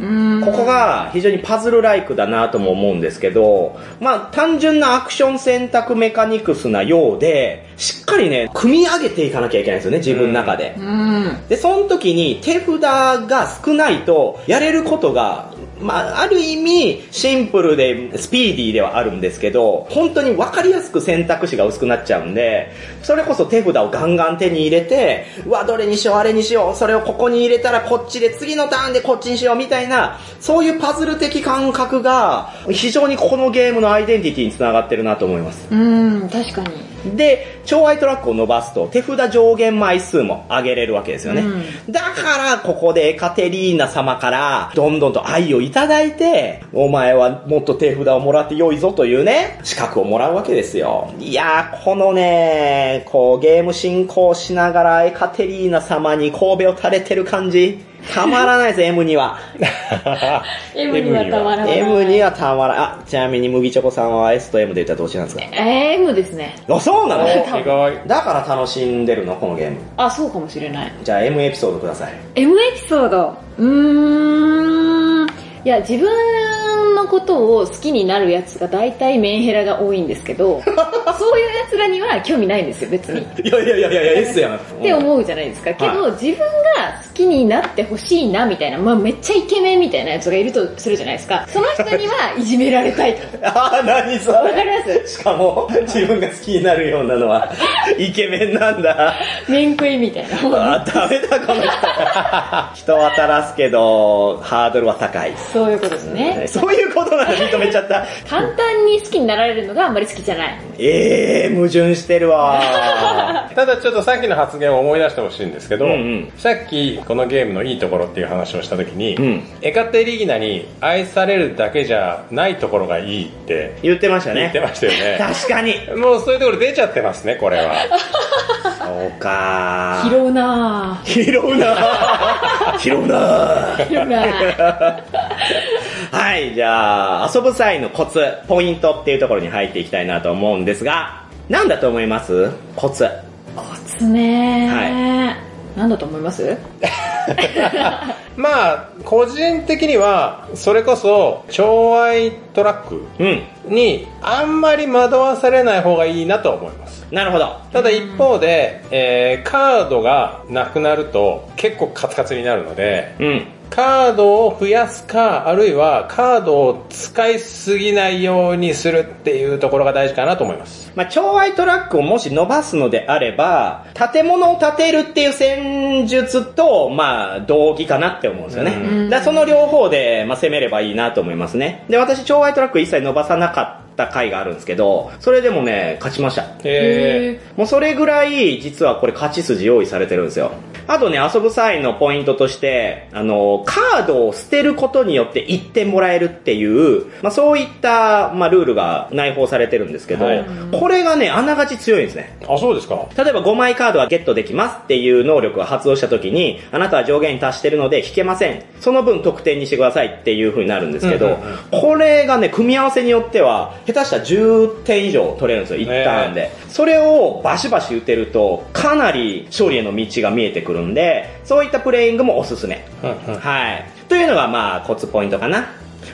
Speaker 2: ここが非常にパズルライクだなとも思うんですけど、まあ単純なアクション選択メカニクスなようで、しっかりね、組み上げていかなきゃいけないんですよね、自分の中で。で、その時に手札が少ないと、やれることが、まあ、ある意味、シンプルで、スピーディーではあるんですけど、本当に分かりやすく選択肢が薄くなっちゃうんで、それこそ手札をガンガン手に入れて、うわ、どれにしよう、あれにしよう、それをここに入れたらこっちで、次のターンでこっちにしよう、みたいな、そういうパズル的感覚が、非常にこのゲームのアイデンティティにつながってるなと思います。
Speaker 4: うん、確かに。
Speaker 2: で、超愛トラックを伸ばすと手札上限枚数も上げれるわけですよね。だから、ここでエカテリーナ様から、どんどんと愛をいただいて、お前はもっと手札をもらって良いぞというね、資格をもらうわけですよ。いやー、このね、こう、ゲーム進行しながらエカテリーナ様に神戸を垂れてる感じ、たまらないで す、M には。
Speaker 4: M にはたまらない。
Speaker 2: M にはたまらない。あ、ちなみに麦チョコさんは S と M で言ったらどっちなんですか
Speaker 4: えー M ですね。
Speaker 2: あ、そう なの
Speaker 3: 意外
Speaker 2: だから楽しんでるのこのゲーム
Speaker 4: あ、そうかもしれない。
Speaker 2: じゃあ M エピソードください
Speaker 4: M エピソードうーんいや自分のことを好きになるやつが大体メンヘラが多いんですけ どそういうやつらには興味ないんですよ別にっ
Speaker 2: いやいやいやいや S やなって
Speaker 4: 思うじゃないですかけど、
Speaker 2: はい
Speaker 4: 自分が好きになってほしいなみたいな、まあ、めっちゃイケメンみたいなやつがいるとするじゃないですかその人 にはいじめられたいと
Speaker 2: ああ何そ
Speaker 4: わかり
Speaker 2: れ
Speaker 4: ます
Speaker 2: しかも自分が好きになるようなのは イケメンなんだ
Speaker 4: 面食いみたいな
Speaker 2: あーダメだこの人 人は当たらすけどハードルは高い
Speaker 4: そういうことですね
Speaker 2: そういうことなら認めちゃった
Speaker 4: 簡単に好きになられるのがあんまり好きじゃない
Speaker 2: ええー、矛盾してる わ
Speaker 3: ただちょっとさっきの発言を思い出してほしいんですけど、
Speaker 2: うんうん
Speaker 3: さっきこのゲームのいいところっていう話をした時に、
Speaker 2: うん
Speaker 3: エカテリーナに愛されるだけじゃないところがいいって
Speaker 2: 言ってました
Speaker 3: 言って
Speaker 2: ね
Speaker 3: ましたよ ね
Speaker 2: 確かに
Speaker 3: もうそういうところ出ちゃってますねこれ は
Speaker 2: そうか
Speaker 4: 拾うなぁ
Speaker 2: 拾う な拾うな
Speaker 4: 拾うなぁ
Speaker 2: はい、じゃあ、遊ぶ際のコツ、ポイントっていうところに入っていきたいなと思うんですが、なんだと思いますコツ。
Speaker 4: コツねー、なんだと思います
Speaker 3: まあ個人的にはそれこそ超愛トラック
Speaker 2: うん。
Speaker 3: にあんまり惑わされない方がいいなと思います
Speaker 2: なるほど。
Speaker 3: ただ一方で、えーカードがなくなると結構カツカツになるので
Speaker 2: うん。
Speaker 3: カードを増やすか、あるいはカードを使いすぎないようにするっていうところが大事かなと思います。
Speaker 2: まあ、超愛トラックをもし伸ばすのであれば、建物を建てるっていう戦術と、まあ、同義かなって思うんですよね。だからその両方で、まあ、攻めればいいなと思いますね。で、私、超愛トラック一切伸ばさなかった回があるんですけど、それでもね、勝ちました。
Speaker 3: え
Speaker 2: もうそれぐらい、実はこれ勝ち筋用意されてるんですよ。あとね、遊ぶ際のポイントとして、あの、カードを捨てることによって1点もらえるっていう、まあそういった、まあルールが内包されてるんですけど、
Speaker 3: はい
Speaker 2: これがね、あながち強いんですね。
Speaker 3: ー、あ、そうですか。
Speaker 2: 例えば5枚カードはゲットできますっていう能力が発動した時に、あなたは上限に達してるので引けません。その分得点にしてくださいっていう風になるんですけど、
Speaker 3: うんうん
Speaker 2: これがね、組み合わせによっては、下手したら10点以上取れるんですよ、1ターンで。それをバシバシ打てると、かなり勝利への道が見えてくるんで、そういったプレイングもおすすめ。はい。というのがまあコツポイントかな。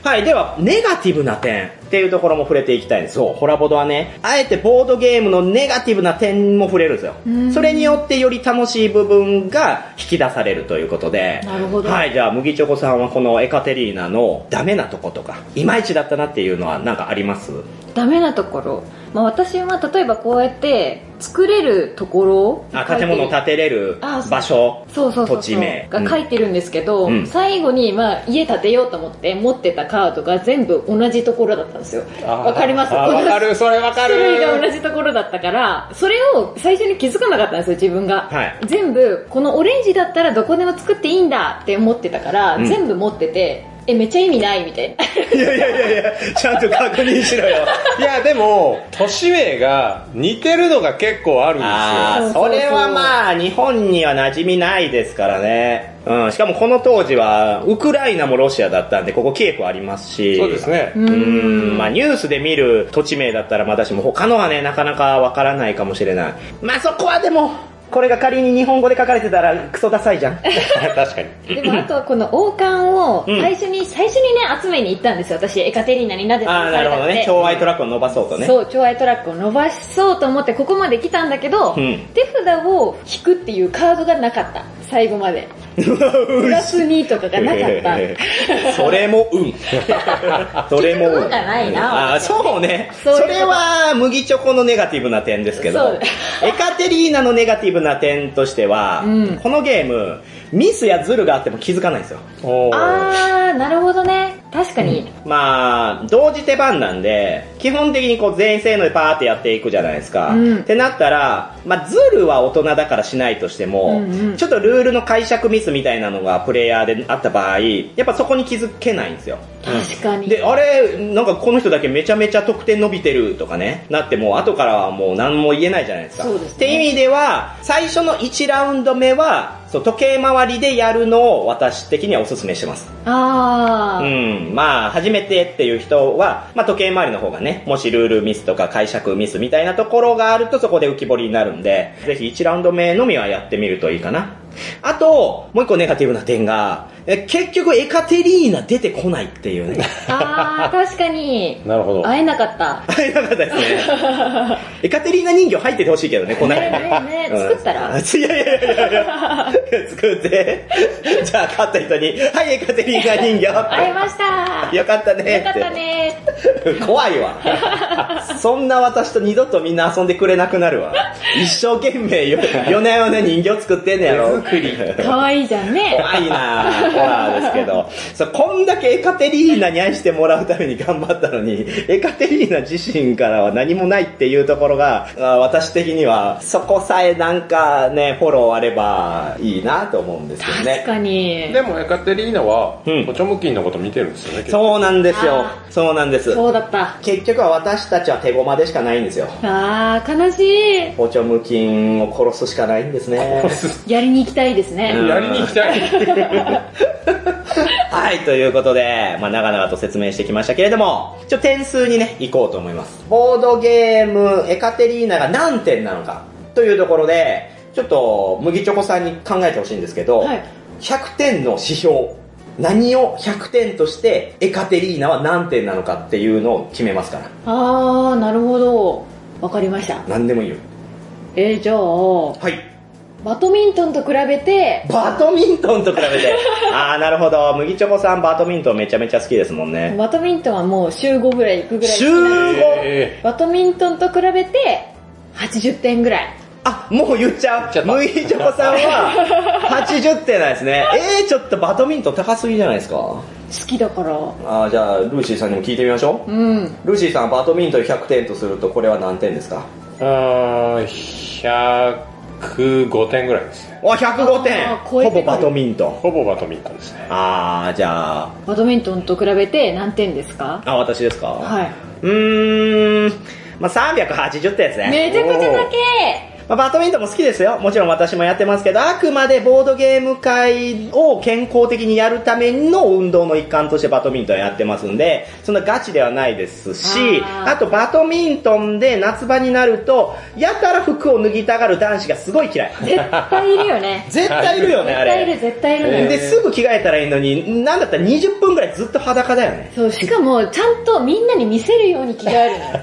Speaker 2: はい。では、ネガティブな点っていうところも触れていきたいんです。そう、ホラボドはね、あえてボードゲームのネガティブな点も触れるんですよ。それによってより楽しい部分が引き出されるということで。
Speaker 4: なるほど
Speaker 2: はい。じゃあ、麦チョコさんはこのエカテリーナのダメなとことか、いまいちだったなっていうのはなんかあります
Speaker 4: ダメなところ、まあ、私は例えばこうやって作れるところを
Speaker 2: あ、建物を建てれる
Speaker 4: あそう
Speaker 2: 場所。
Speaker 4: そうそうそうそう
Speaker 2: 土地名
Speaker 4: が書いてるんですけど、
Speaker 2: うん
Speaker 4: 最後にまあ家建てようと思って持ってたカードが全部同じところだったんですよわかります
Speaker 3: あわ かる、それわか
Speaker 4: 種類が同
Speaker 3: る。
Speaker 4: じところだったから、それを最初に気づかなかったんですよ、自分が。
Speaker 2: はい
Speaker 4: 全部、このオレンジだったらどこでも作っていいんだって思ってたから、
Speaker 2: うん
Speaker 4: 全部持ってて、
Speaker 6: え、めっちゃ意味ないみたいな。
Speaker 3: いやいやいやいや、ちゃんと確認しろよ。 いや、でも、年上が似てるのが結構あるんですよ。
Speaker 2: ああ、それはまあ、日本には馴染みないですからね。うん、しかもこの当時は、ウクライナもロシアだったんで、ここキエフありますし。
Speaker 3: そうです。ね。
Speaker 2: うん、まあニュースで見る土地名だったらまだしも、他のはね、なかなかわからないかもしれない。まあそこはでも、これが仮に日本語で書かれてたら、クソダサいじゃん。
Speaker 3: 確かに。
Speaker 4: でもあとはこの王冠を最初に、最初にね、集めに行ったんですよ。私、エカテリーナになぜ
Speaker 2: ああ、
Speaker 4: 殺
Speaker 2: な
Speaker 4: され
Speaker 2: る
Speaker 4: た
Speaker 2: ほ
Speaker 4: く
Speaker 2: ど
Speaker 4: て
Speaker 2: ね。超愛トラックを伸ば そうとね。
Speaker 4: そう、超愛トラックを伸ばしそうと思ってここまで来たんだけど、
Speaker 2: うん
Speaker 4: 手札を引くっていうカードがなかった。最後まで。プラス2とかがな かった。
Speaker 2: それも 運。それも
Speaker 4: 結局運がないな
Speaker 2: あーそうね。
Speaker 4: そういうこ
Speaker 2: そ
Speaker 4: と
Speaker 2: れは、麦チョコのネガティブな点ですけ
Speaker 4: そ
Speaker 2: ど
Speaker 4: う、
Speaker 2: エカテリーナのネガティブな点としては、このゲーム、ミスやズルがあっても気づかないんですよ。
Speaker 3: おー
Speaker 4: あー、なるほどね。確かに。
Speaker 2: まあ、同時手番なんで、基本的にこう全員せーのでパーってやっていくじゃないですか。
Speaker 4: うん
Speaker 2: ってなったら、まあ、ズルは大人だからしないとしても、
Speaker 4: うんうん
Speaker 2: ちょっとルールの解釈ミスみたいなのがプレイヤーであった場合、やっぱそこに気づけないんですよ。
Speaker 4: 確かに。
Speaker 2: で、あれ、なんかこの人だけめちゃめちゃ得点伸びてるとかね、なってもう後からはもう何も言えないじゃないですか。
Speaker 4: そうですね
Speaker 2: って意味では、最初の1ラウンド目は、そう時計回りでやるのを私的にはお勧めしてます。
Speaker 4: あ
Speaker 2: う
Speaker 4: ー、
Speaker 2: ん。まあ、初めてっていう人は、まあ時計回りの方がね、もしルールミスとか解釈ミスみたいなところがあるとそこで浮き彫りになるんで、ぜひ1ラウンド目のみはやってみるといいかな。あと、もう一個ネガティブな点が、え結局エカテリーナ出てこないっていう ね。
Speaker 4: あー、確かに。
Speaker 3: なるほど。
Speaker 4: 会えなかった。
Speaker 2: 入らなかったですね。エカテリーナ人形入っててほしいけどね、こんなの
Speaker 4: ねねね
Speaker 2: うん
Speaker 4: 作ったら
Speaker 2: いやいやいやいやいや作って。じゃあ、勝った人に、はい、エカテリーナ人形って。
Speaker 4: 会えました
Speaker 2: よかったねって
Speaker 4: よかったね
Speaker 2: 怖いわ。そんな私と二度とみんな遊んでくれなくなるわ。一生懸命よ、夜な夜な人形作ってんねやろ。手作り。
Speaker 4: 可愛いじゃんね。
Speaker 2: 怖いなぁ、ホラーですけど。そう、こんだけエカテリーナに愛してもらうために頑張ったのに、エカテリーナ自身からは何もないっていうところが、あー私的には、そこさえなんかね、フォローあればいいなと思うんですよ
Speaker 4: 確
Speaker 2: ね。
Speaker 4: かに。
Speaker 3: でもエカテリーナは、
Speaker 2: うん
Speaker 3: ポチョムキンのこと見てるんですよね、結構
Speaker 2: そうなんですよ
Speaker 4: あ。
Speaker 2: そうなんです。
Speaker 4: そうだった。
Speaker 2: 結局は私たちは手駒でしかないんですよ。
Speaker 4: あー、悲し
Speaker 2: ポチョムキンを殺すしかないんですね。
Speaker 4: い。やりに行きたいですね。
Speaker 2: うん
Speaker 3: やりに行きたい。
Speaker 2: はい、ということで、まあ、長々と説明してきましたけれども、ちょ、点数にね、行こうと思います。ボードゲーム、エカテリーナが何点なのか、というところで、ちょっと、麦チョコさんに考えてほしいんですけど、
Speaker 6: はい
Speaker 2: 100点の指標、何を100点として、エカテリーナは何点なのかっていうのを決めますから。
Speaker 4: あー、なるほど。わかりました。
Speaker 2: 何でもいいよ。
Speaker 4: えー、じゃあ、
Speaker 2: はい。
Speaker 4: バドミントンと比べて、
Speaker 2: バドミントンと比べて。あー、なるほど。麦チョコさん、バドミントンめちゃめちゃ好きですもんね。
Speaker 4: バドミントンはもう週5ぐらい行くぐらい好
Speaker 2: 週
Speaker 4: きなん
Speaker 2: 5!
Speaker 4: で。
Speaker 3: え
Speaker 4: バドミントンと比べて、80点ぐらい。
Speaker 2: あ、もう言っちゃう。
Speaker 3: ちゃった
Speaker 2: むいちょこさんは、80点なんです ね。えー、ちょっとバドミントン高すぎじゃないですか。
Speaker 4: 好きだから。
Speaker 2: あーじゃあ、ルーシーさんにも聞いてみましょう。
Speaker 4: うん。
Speaker 2: ルーシーさん、バドミントン100点とすると、これは何点ですか
Speaker 3: ー、あー105点ぐらいですね。
Speaker 2: お、105点
Speaker 4: あー超え
Speaker 2: ほ
Speaker 4: てく
Speaker 2: ぼ
Speaker 4: る
Speaker 2: バドミントン。
Speaker 3: ほぼバドミントンですね。
Speaker 2: あー、じゃあ、
Speaker 4: バドミントンと比べて何点ですか
Speaker 2: あ、私ですか。
Speaker 4: はいい。
Speaker 2: うーん、まあ、380点ですね。
Speaker 4: めちゃくちゃだけ
Speaker 2: まあ、バドミントンも好きですよ。もちろん私もやってますけど、あくまでボードゲーム会を健康的にやるための運動の一環としてバドミントンやってますんで、そんなガチではないですし、
Speaker 4: あ
Speaker 2: あ
Speaker 4: ー
Speaker 2: とバドミントンで夏場になると、やたら服を脱ぎたがる男子がすごい嫌い。。
Speaker 4: 絶対いるよね
Speaker 2: 絶対いるよね、
Speaker 4: 絶
Speaker 2: あ
Speaker 4: 対いる、
Speaker 2: れ。
Speaker 4: 絶対いるのよ。
Speaker 2: で、すぐ着替えたらいいのに、なんだったら20分くらいずっと裸だよね。
Speaker 4: そう、しかも、ちゃんとみんなに見せるように着替えるのよ。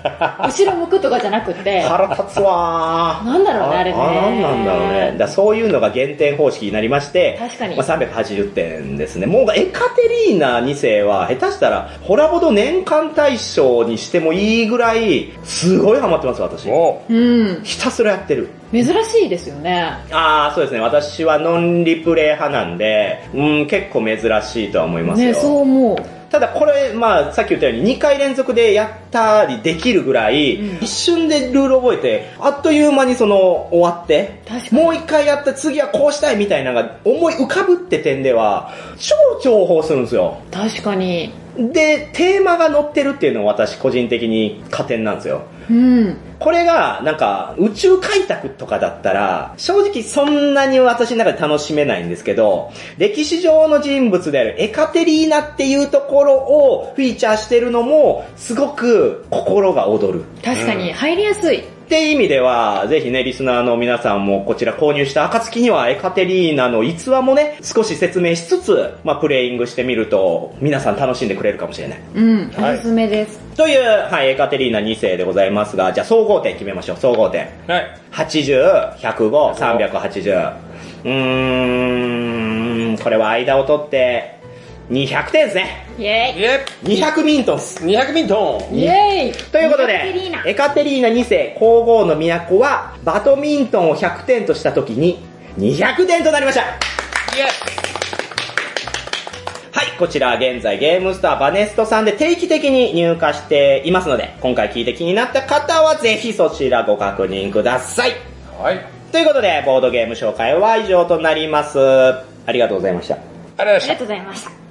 Speaker 4: 後ろ向くとかじゃなくて。
Speaker 2: 腹立つわー。
Speaker 4: なんだろうねあれね
Speaker 2: なんなんだろうね。だからそういうのが減点方式になりまして、
Speaker 4: 確かに
Speaker 2: まあ、380点ですね。もうエカテリーナ2世は、下手したら、ホラボド年間大賞にしてもいいぐらい、すごいハマってます、私。
Speaker 3: お
Speaker 4: うん。
Speaker 2: ひたすらやってる。
Speaker 4: 珍しいですよね。
Speaker 2: ああ、そうですね。私はノンリプレイ派なんで、うん、結構珍しいとは思いますよ。
Speaker 4: ね、そう思う。
Speaker 2: ただこれ、まあ、さっき言ったように2回連続でやったりできるぐらい、一瞬でルール覚えて、あっという間にその終わって、もう一回やって次はこうしたいみたいなのが思い浮かぶって点では、超重宝するんですよ。
Speaker 4: 確かに。
Speaker 2: で、テーマが載ってるっていうのは私個人的に加点なんですよ。
Speaker 4: うん。
Speaker 2: これが、なんか、宇宙開拓とかだったら、正直そんなに私の中で楽しめないんですけど、歴史上の人物であるエカテリーナっていうところをフィーチャーしてるのも、すごく心が躍る。
Speaker 4: 確かに、入りやすい。
Speaker 2: って意味では、ぜひね、リスナーの皆さんもこちら購入した暁にはエカテリーナの逸話もね、少し説明しつつ、まあ、プレイングしてみると、皆さん楽しんでくれるかもしれない。
Speaker 4: うん。
Speaker 3: はい
Speaker 4: おすすめです。
Speaker 2: という、はい、エカテリーナ2世でございますが、じゃあ総合点決めましょう、総合点。
Speaker 3: はい。
Speaker 2: 80、105、380。うーん、これは間を取って、200点ですね。
Speaker 4: イェイ。
Speaker 3: イェ
Speaker 2: 200ミントンっす。
Speaker 3: イ !200 ミントン
Speaker 4: イェイ
Speaker 2: ということで
Speaker 4: エカテリーナ、
Speaker 2: エカテリーナ2世、皇后の都は、バドミントンを100点としたときに、200点となりましたはい、こちら現在ゲームスターバネストさんで定期的に入荷していますので、今回聞いて気になった方はぜひそちらご確認ください。
Speaker 3: はい。
Speaker 2: ということで、ボードゲーム紹介は以上となります。ありがとうございました。
Speaker 3: ありがとうございまし
Speaker 4: あり
Speaker 3: た
Speaker 4: が。とうございました。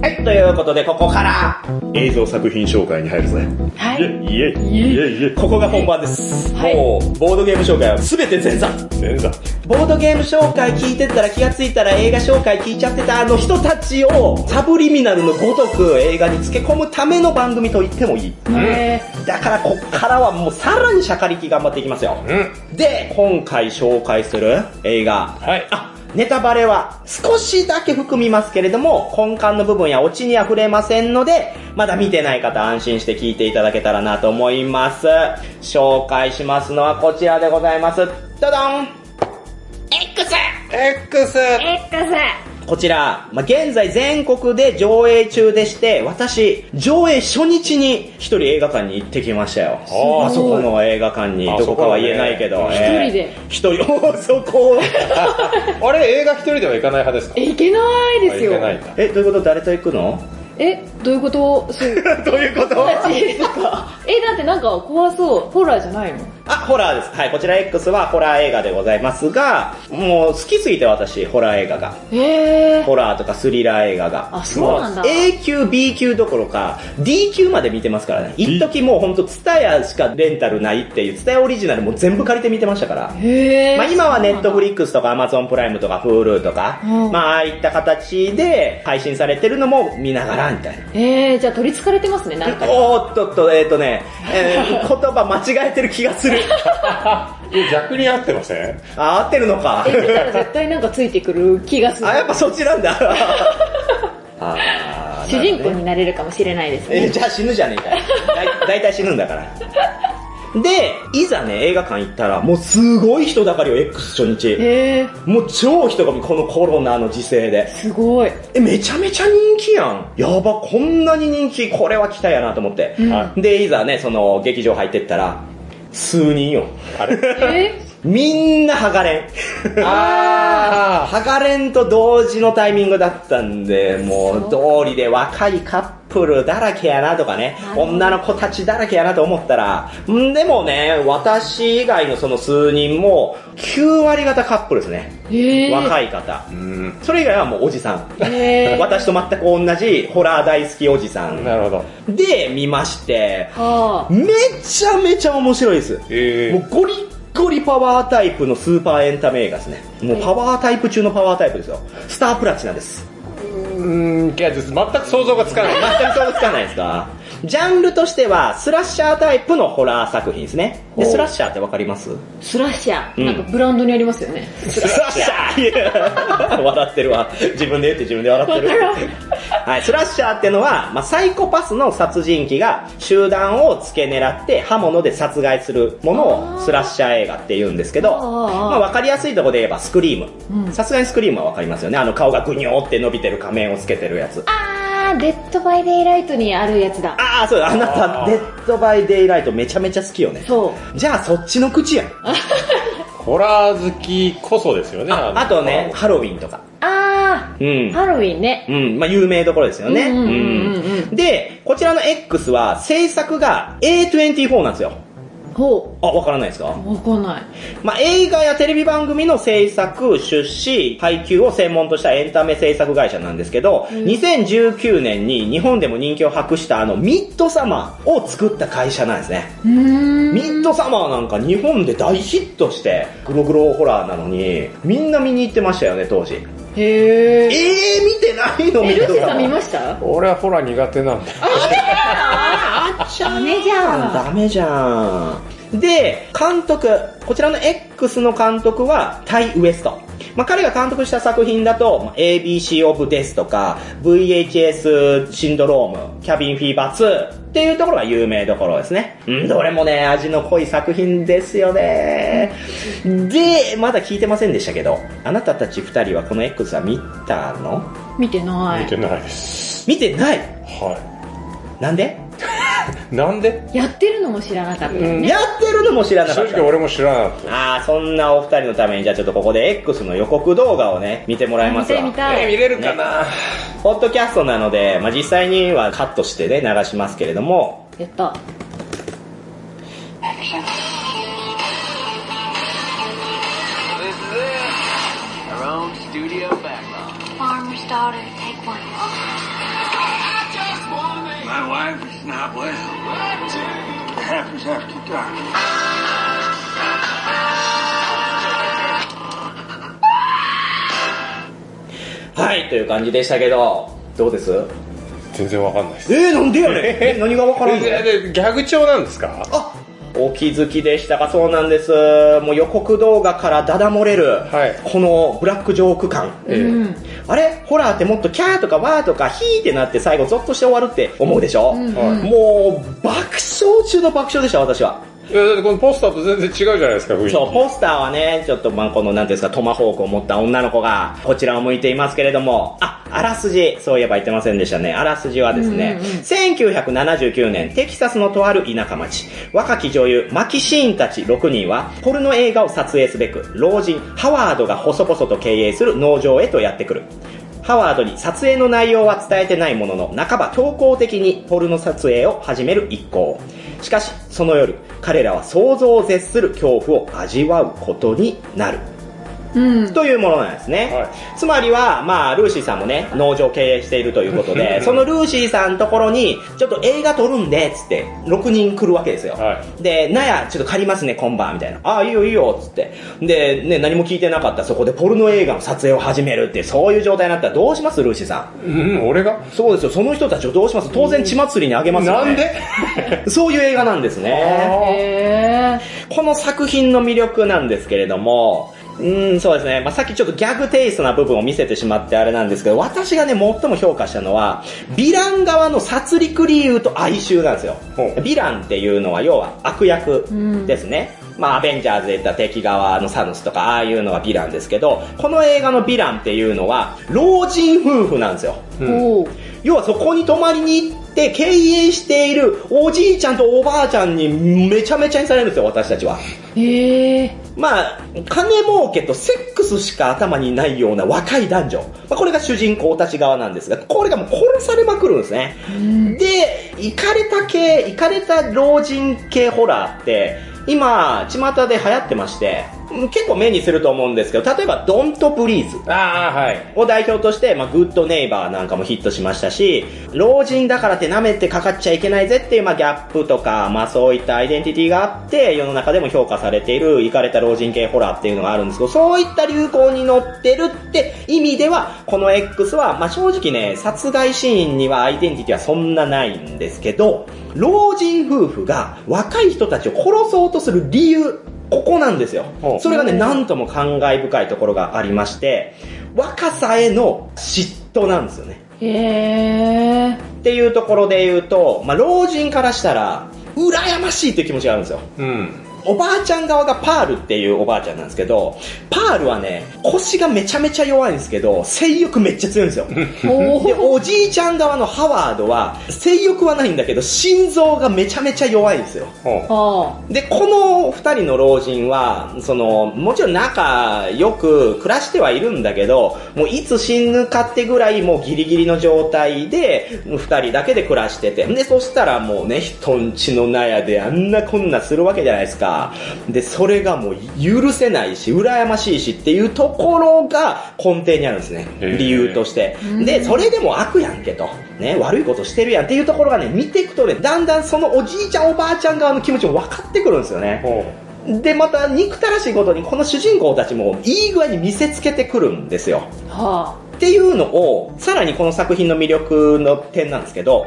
Speaker 2: はい、ということで、ここから、
Speaker 5: 映像作品紹介に入るぜ。
Speaker 4: はい
Speaker 5: いえ、いえ、いえ、いえ。
Speaker 2: ここが本番です。
Speaker 4: はい
Speaker 2: もう、ボードゲーム紹介は全て前座。
Speaker 5: 前座。
Speaker 2: ボードゲーム紹介聞いてたら気がついたら映画紹介聞いちゃってたあの人たちをサブリミナルのごとく映画につけ込むための番組と言ってもいい。
Speaker 4: ね
Speaker 2: だからこっからはもうさらにシャカリキ頑張っていきますよ。
Speaker 3: うん。
Speaker 2: で、今回紹介する映画。
Speaker 3: はい。
Speaker 2: あ、ネタバレは少しだけ含みますけれども、根幹の部分やオチには触れませんので、まだ見てない方安心して聞いていただけたらなと思います。紹介しますのはこちらでございます。どどん
Speaker 3: X!
Speaker 4: え。エッカ
Speaker 2: こちら、まあ、現在全国で上映中でして、私、上映初日に一人映画館に行ってきましたよ。
Speaker 3: ごい
Speaker 2: あそこの映画館に、
Speaker 3: あ
Speaker 2: どこかは言えないけど。
Speaker 3: そこ
Speaker 4: ね
Speaker 2: えー一人、おーそ こ。
Speaker 3: あれ、映画一人では行かない派ですか
Speaker 4: いけないです
Speaker 3: あ
Speaker 4: よ
Speaker 3: 行。かないんだ。
Speaker 2: え、どういうこと誰と行くの
Speaker 4: え、どういうことそう。
Speaker 2: どういうこと
Speaker 4: え、なんか、え、だってなんか怖そう。ホラーじゃないの
Speaker 2: あ、ホラーです。はい、こちら X はホラー映画でございますが、もう好きすぎて私、ホラー映画が。
Speaker 4: えー。
Speaker 2: ホラーとかスリラー映画が。
Speaker 4: あそうなんだ
Speaker 2: も A 級、B 級どころか、D 級まで見てますからね。一時もうほんと、ツタヤしかレンタルないっていう、ツタヤオリジナルも全部借りて見てましたから。
Speaker 4: へ
Speaker 2: まあ今はネットフ
Speaker 4: リ
Speaker 2: リックスとかアマゾンプライムとか Hulu とか、
Speaker 4: うん
Speaker 2: まあああいった形で配信されてるのも見ながらみたいな。
Speaker 4: えー、じゃあ取り憑かれてますね、なんか。
Speaker 2: おーっとっと、えっ、とね、えー言葉間違えてる気が する。
Speaker 3: え逆に合ってません
Speaker 2: あ、合ってるの か。
Speaker 4: え、見たら絶対なんかついてくる気がする
Speaker 2: あ、。やっぱそっちなん だ。あー
Speaker 4: 主人
Speaker 2: なるほ
Speaker 4: 公
Speaker 2: どね
Speaker 4: になれるかもしれないですね。
Speaker 2: えーじゃあ死ぬじゃねえかよ。だいたい死ぬんだから。で、いざね、映画館行ったら、もうすごい人だかりを X 初日。
Speaker 4: へー、
Speaker 2: もう超人がこのコロナの時勢です
Speaker 4: ごい。
Speaker 2: え、めちゃめちゃ人気やん。やば、こんなに人気、これは来たやなと思って。
Speaker 3: は
Speaker 2: で、いざね、その、劇場入ってったら、数人よ。
Speaker 3: あれ
Speaker 4: え
Speaker 2: みんなハガレン。あハガレンと同時のタイミングだったんで、もう道理で若いカップルだらけやなとかね、女の子たちだらけやなと思ったら、んでもね、私以外のその数人も、9割方カップルですね。
Speaker 4: えー、
Speaker 2: 若い方。
Speaker 3: うん。
Speaker 2: それ以外はもうおじさん。
Speaker 4: えー、
Speaker 2: 私と全く同じホラー大好きおじさん。
Speaker 3: なるほど。
Speaker 2: で、見まして、
Speaker 4: は
Speaker 2: めちゃめちゃ面白いです。
Speaker 3: え
Speaker 2: もうゴリッゴリパワータイプのスーパーエンタメ映画ですね。もうパワータイプ中のパワータイプですよ。スタープラチナです。
Speaker 3: うん、いや、全く想像がつかない。
Speaker 2: 全く想像つかないですかジャンルとしては、スラッシャータイプのホラー作品ですね。で、スラッシャーってわかります
Speaker 4: ー、スラッシャー、
Speaker 2: うん
Speaker 4: なんかブランドにありますよね。
Speaker 2: スラッシャー笑ってるわ。自分で言って自分で笑ってる。はい、スラッシャーってのは、まあ、サイコパスの殺人鬼が集団を付け狙って刃物で殺害するものをスラッシャー映画って言うんですけど、
Speaker 4: あー
Speaker 2: まあ、わかりやすいところで言えばスクリー
Speaker 4: うん
Speaker 2: ム。さすがにスクリームはわかりますよね。あの顔がグニョーって伸びてる仮面をつけてるやつ。
Speaker 4: あー、デッドバイデイライトにあるやつだ。
Speaker 2: ああ、そうだ、あなた、デッドバイデイライトめちゃめちゃ好きよね。
Speaker 4: そう。
Speaker 2: じゃあそっちの口やん。
Speaker 3: ホラー好きこそですよね。
Speaker 2: ああとね、ハロウィンとか。
Speaker 4: あああ、
Speaker 2: うん
Speaker 4: ハロウィンね。
Speaker 2: うん、まあ、有名どころですよね。
Speaker 4: うんうんうんうん
Speaker 2: うんで、こちらの X は制作が A24 なんですよ。
Speaker 4: ほ
Speaker 2: あ、わからないですか
Speaker 4: う。わかんない。
Speaker 2: まあ、映画やテレビ番組の制作、出資、配給を専門としたエンタメ制作会社なんですけど、2019年に日本でも人気を博したあのミッドサマーを作った会社なんですね。
Speaker 4: うーん。
Speaker 2: ミッドサマーなんか日本で大ヒットして、グログロホラーなのに、みんな見に行ってましたよね、当時。
Speaker 4: へ
Speaker 2: えー、
Speaker 4: え。
Speaker 2: 見てないのミ
Speaker 4: え、
Speaker 2: ッ
Speaker 4: ルシ
Speaker 2: ド
Speaker 4: ー
Speaker 2: サ
Speaker 4: さん
Speaker 2: マー。
Speaker 4: 見ました
Speaker 3: 俺はホラー苦手なんだ
Speaker 4: ダメじゃん。
Speaker 2: ダメじゃん。で、監督、こちらの X の監督はタイ・ウエスト。まあ、彼が監督した作品だと、まあ ABC オブデスとか、VHS シンドローム、キャビンフィーバー2っていうところが有名どころですね。うん、どれもね、味の濃い作品ですよね。で、まだ聞いてませんでしたけど、あなたたち二人はこの X は見たの
Speaker 4: 見てな
Speaker 3: 見て
Speaker 4: い。
Speaker 3: ないです
Speaker 2: 見てない
Speaker 3: は
Speaker 2: なんで
Speaker 3: いなんで
Speaker 4: やってるのも知らなかったよね。
Speaker 2: やってるのも知らなか
Speaker 3: 正
Speaker 2: った
Speaker 3: 直。俺も知らなかっ
Speaker 2: ああ、そんなお二人のために、じゃあちょっとここで X の予告動画をね、見てもらいま
Speaker 4: 見
Speaker 2: すわ。
Speaker 4: てみ
Speaker 3: た
Speaker 4: た
Speaker 3: え見
Speaker 4: い。
Speaker 3: れるかな、
Speaker 2: ポッドキャストなので、まあ、実際にはカットしてね、流しますけれども、
Speaker 4: やった。
Speaker 7: This is it. Our own studio backlot.
Speaker 8: Farmer's daughter, take one.
Speaker 7: My wife is not well. It happens after dark.
Speaker 2: はい、という感じでしたけど、どうです
Speaker 3: 全然わかんないです
Speaker 2: えー、なんでやねんえ何がわからんの
Speaker 3: えでギャグ調なんですか
Speaker 2: あお気づきでしたかそうなんです。もう予告動画からダダ漏れる、
Speaker 3: はい
Speaker 2: このブラックジョーク感。
Speaker 3: ええ
Speaker 2: あれホラーってもっとキャーとかワーとかヒーってなって最後ゾッとして終わるって思うでしょ、
Speaker 3: はい
Speaker 2: もう、爆笑中の爆笑でした、私は。
Speaker 3: いやだってこのポスターと全然違うじゃないですか雰囲気
Speaker 2: そう、ポスターはね、ちょっと、まあ、この、なんていうんですか、トマホークを持った女の子が、こちらを向いていますけれども、あ、あらすじ、そういえば言ってませんでしたね。あらすじはですね、1979年、テキサスのとある田舎町、若き女優、マキシーンたち6人は、ポルノ映画を撮影すべく、老人、ハワードが細々と経営する農場へとやってくる。ハワードに撮影の内容は伝えてないものの、半ば強行的にポルノ撮影を始める一行。しかし、その夜、彼らは想像を絶する恐怖を味わうことになる。
Speaker 4: うん。
Speaker 2: というものなんですね。
Speaker 3: は
Speaker 2: つまりは、まあ、ルーシーさんもね、農場を経営しているということで、そのルーシーさんのところに、ちょっと映画撮るんで、つって、6人来るわけですよ。
Speaker 3: は
Speaker 2: で、なや、ちょっと借りますね、今晩、みたいな。ああ、いいよいいよ、つって。で、ね、何も聞いてなかった、そこでポルノ映画の撮影を始めるっていう、そういう状態になったらどうします、ルーシーさん。
Speaker 3: うん俺が
Speaker 2: そうですよ、その人たちをどうします当然、血祭りにあげますよ、ね。
Speaker 3: なん で
Speaker 2: そういう映画なんですね。
Speaker 4: へえ。
Speaker 2: この作品の魅力なんですけれども、うーん、そうですね。まあ、さっきちょっとギャグテイストな部分を見せてしまってあれなんですけど、私がね、最も評価したのは、ヴィラン側の殺戮理由と哀愁なんですよ。
Speaker 3: ほう
Speaker 2: ヴィランっていうのは、要は悪役ですね。まあ、アベンジャーズで言った敵側のサノスとか、ああいうのがヴィランですけど、この映画のヴィランっていうのは、老人夫婦なんですよ。
Speaker 4: おう。
Speaker 2: 要はそこに泊まりに行って経営しているおじいちゃんとおばあちゃんにめちゃめちゃにされるんですよ、私たちは。
Speaker 4: へえ。
Speaker 2: まあ、金儲けとセックスしか頭にないような若い男女。まあ、これが主人公たち側なんですが、これがもう殺されまくるんですね。で、イカれた系、イカれた老人系ホラーって、今、巷で流行ってまして、うん結構目にすると思うんですけど、例えば、ドントブリーズ。
Speaker 3: ああはい
Speaker 2: を代表として、まあ、グッドネイバーなんかもヒットしましたし、老人だからって舐めてかかっちゃいけないぜっていう、まあ、ギャップとか、まあ、そういったアイデンティティがあって、世の中でも評価されている、イカれた老人系ホラーっていうのがあるんですけど、そういった流行に乗ってるって意味では、この X は、まあ、正直ね、殺害シーンにはアイデンティティはそんなないんですけど、老人夫婦が若い人たちを殺そうとする理由、ここなんですよ
Speaker 3: ほ。う
Speaker 2: それがね、なんとも感慨深いところがありまして、若さへの嫉妬なんですよね。
Speaker 4: へ
Speaker 2: っ
Speaker 4: え。
Speaker 2: ていうところで言うと、まあ、老人からしたら、羨ましいっていう気持ちがあるんですよ。
Speaker 3: うん
Speaker 2: おばあちゃん側がパールっていうおばあちゃんなんですけど、パールはね、腰がめちゃめちゃ弱いんですけど、性欲めっちゃ強い んですよ。で、おじいちゃん側のハワードは、性欲はないんだけど、心臓がめちゃめちゃ弱いんですよ。
Speaker 3: ほ
Speaker 4: あ
Speaker 2: で、この二人の老人は、その、もちろん仲良く暮らしてはいるんだけど、もういつ死ぬかってぐらいもうギリギリの状態で、二人だけで暮らしてて。で、そしたらもうね、人んちの納屋であんなこんなするわけじゃないですか。で、それがもう許せないし、羨ましいしっていうところが根底にあるんですね。
Speaker 3: へー
Speaker 2: 理由として。で、それでも悪やんけと。ね、悪いことしてるやんっていうところがね、見ていくとね、だんだんそのおじいちゃんおばあちゃん側の気持ちも分かってくるんですよ
Speaker 3: う。
Speaker 2: ね。
Speaker 3: ほ
Speaker 2: で、また憎たらしいことに、この主人公たちもいい具合に見せつけてくるんですよ。
Speaker 4: あは
Speaker 2: っていうのを、さらにこの作品の魅力の点なんですけど、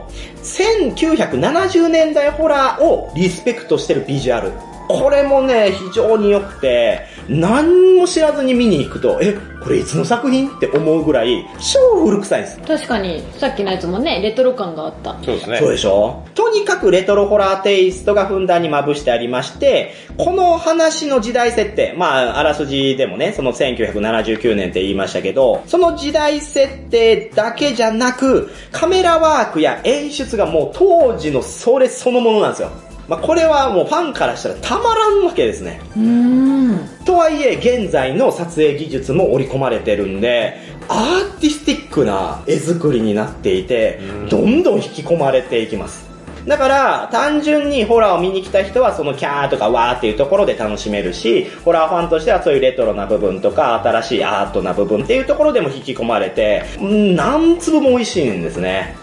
Speaker 2: 1970年代ホラーをリスペクトしてるビジュアル。これもね、非常に良くて、何も知らずに見に行くと、え、これいつの作品って思うぐらい、超古臭いんです。
Speaker 4: あ確かにさっきのやつもねレトロ感があった
Speaker 3: う。そうですね。
Speaker 2: そうでしょとにかくレトロホラーテイストがふんだんにまぶしてありまして、この話の時代設定、まあ、あらすじでもね、その1979年って言いましたけど、その時代設定だけじゃなく、カメラワークや演出がもう当時のそれそのものなんですよ。まあ、これはもうファンからしたらたまらんわけですね。とはいえ現在の撮影技術も織り込まれてるんでアーティスティックな絵作りになっていてどんどん引き込まれていきますだから単純にホラーを見に来た人はそのキャーとかワーっていうところで楽しめるしホラーファンとしてはそういうレトロな部分とか新しいアートな部分っていうところでも引き込まれてうん何粒も美味しいんですね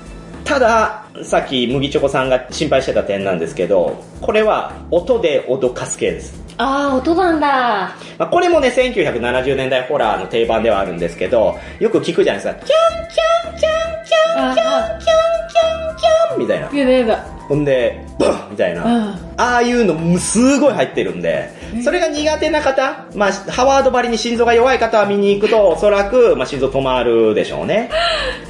Speaker 2: ただ、さっき麦チョコさんが心配してた点なんですけど、これは音で脅かす系です。
Speaker 4: ああ音なんだ
Speaker 2: まあ、これもね、1970年代ホラーの定番ではあるんですけど、よく聞くじゃないですか。キャンキャンキャンキャン
Speaker 4: ああ
Speaker 2: キャンキャンみたいな。
Speaker 4: やだやだ
Speaker 2: ほんで、バンみたいな。ああいうのもすごい入ってるんで、それが苦手な方、まあ、ハワードばりに心臓が弱い方は見に行くと、おそらく、まあ、心臓止まるでしょうね。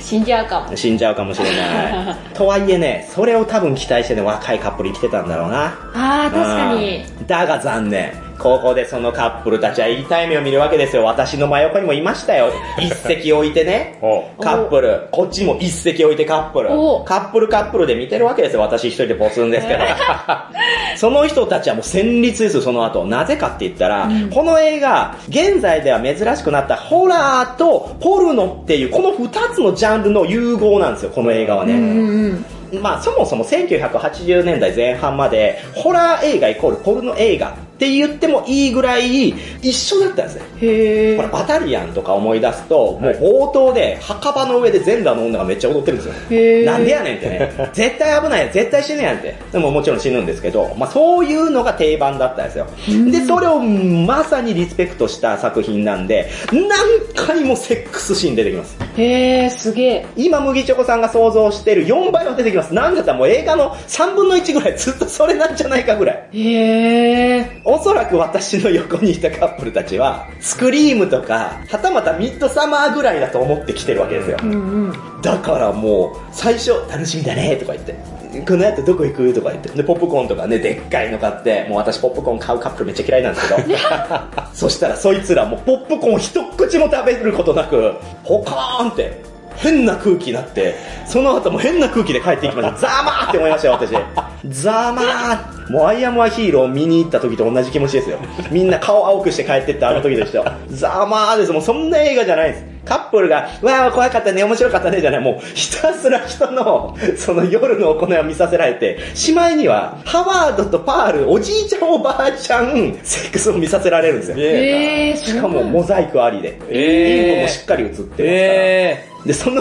Speaker 4: 死んじゃうかも
Speaker 2: 死んじゃうかもしれ ない。とはいえね、それを多分期待してね、若いカップル生きてたんだろうな。
Speaker 4: ああ確かに
Speaker 2: うんだが残念ここでそのカップルたちは痛い目を見るわけですよ私の真横にもいましたよ一席置いてね
Speaker 3: ほ
Speaker 2: カップルこっちも一席置いてカップル
Speaker 4: お
Speaker 2: カップルカップルで見てるわけですよ私一人でボスんですけど その人たちはもう戦慄ですよその後なぜかって言ったら、この映画現在では珍しくなったホラーとポルノっていうこの2つのジャンルの融合なんですよこの映画はね、まあそもそも1980年代前半までホラー映画イコールポルノ映画って言ってもいいぐらい一緒だったんですね。
Speaker 4: へ
Speaker 2: これバタリアンとか思い出すと、もう冒頭で墓場の上で全裸の女がめっちゃ踊ってるんですよ。
Speaker 4: へー
Speaker 2: なんでやねんってね。絶対危ないやん、絶対死ぬやんって。でももちろん死ぬんですけど、まあそういうのが定番だったんですよ。で、それをまさにリスペクトした作品なんで、何回もセックスシーン出てきます。
Speaker 4: へえすげえ
Speaker 2: 今、麦チョコさんが想像してる4倍は出てきます。なんだったらもう映画の3分の1ぐらいずっとそれなんじゃないかぐらい。
Speaker 4: へえ
Speaker 2: おそらく私の横にいたカップルたちは、スクリームとか、はたまたミッドサマーぐらいだと思ってきてるわけですよ。だからもう、最初、楽しみだねとか言って。この後どこ行くとか言って。で、ポップコーンとかね、でっかいの買って、もう私ポップコーン買うカップルめっちゃ嫌いなんですけど。そしたらそいつらもうポップコーン一口も食べることなく、ポカーンって、変な空気になって、その後も変な空気で帰っていきました。ざまーって思いましたよ、私。ざまーもうアイアムアヒーロー見に行った時と同じ気持ちですよ。みんな顔青くして帰ってったあの時と一緒。ざまーです。もうそんな映画じゃないです。カップルが、わあ怖かったね、面白かったね、じゃない。もう、ひたすら人の、その夜の行いを見させられて、しまいには、ハワードとパール、おじいちゃんおばあちゃん、セックスを見させられるんですよ。
Speaker 4: へえ
Speaker 2: しかもモザイクありで、
Speaker 3: えー
Speaker 2: インコもしっかり映ってますから、
Speaker 3: ええ
Speaker 2: で、その、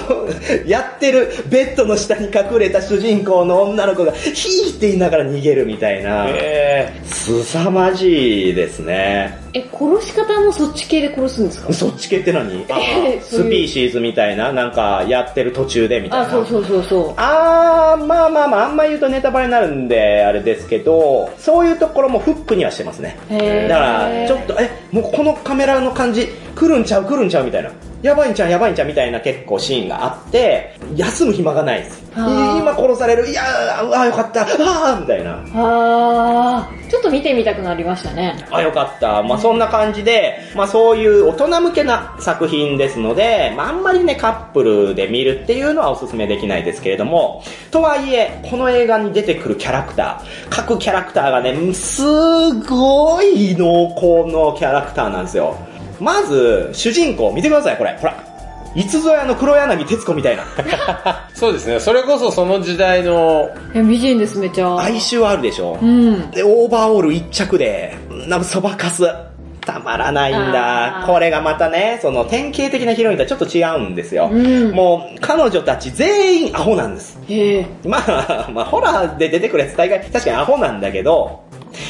Speaker 2: やってるベッドの下に隠れた主人公の女の子が、ヒーって言いながら逃げるみたいな、
Speaker 3: ええ
Speaker 2: 凄まじいですね。
Speaker 4: え殺し方もそっち系で殺すんですか
Speaker 2: そっち系って何あ
Speaker 4: えー
Speaker 2: スピーシーズみたいな、なんかやってる途中でみたい
Speaker 4: あ
Speaker 2: な。
Speaker 4: そうそうそうそう
Speaker 2: あー、まあまあまあ、あんま言うとネタバレになるんで、あれですけど、そういうところもフックにはしてますね。
Speaker 4: へー
Speaker 2: だから、ちょっと、え、もうこのカメラの感じ、来るんちゃう来るんちゃうみたいな。やばいんちゃんやばいんちゃんみたいな結構シーンがあって、休む暇がないんですよ。い
Speaker 4: あー
Speaker 2: 今殺される、いやー、あーよかった、あーみたいな。
Speaker 4: あー、ちょっと見てみたくなりましたね。
Speaker 2: あ、よかった。まあ、そんな感じで、まあ、そういう大人向けな作品ですので、まあ、あんまりね、カップルで見るっていうのはお勧めできないですけれども、とはいえ、この映画に出てくるキャラクター、各キャラクターがね、すごい濃厚のキャラクターなんですよ。まず、主人公、見てください、これ。ほら。いつぞやの黒柳徹子みたいな。
Speaker 3: そうですね。それこそその時代の、
Speaker 4: え、美人です、めちゃ。
Speaker 2: 哀愁あるでしょ。
Speaker 4: うん。
Speaker 2: で、オーバーオール一着で、なんかそばかす。たまらないんだ
Speaker 4: あ。ー
Speaker 2: これがまたね、その典型的なヒロインとはちょっと違うんですよ。
Speaker 4: うん
Speaker 2: もう、彼女たち全員アホなんです。
Speaker 4: へえ。
Speaker 2: まあ、まあ、ホラーで出てくるやつ大概、確かにアホなんだけど、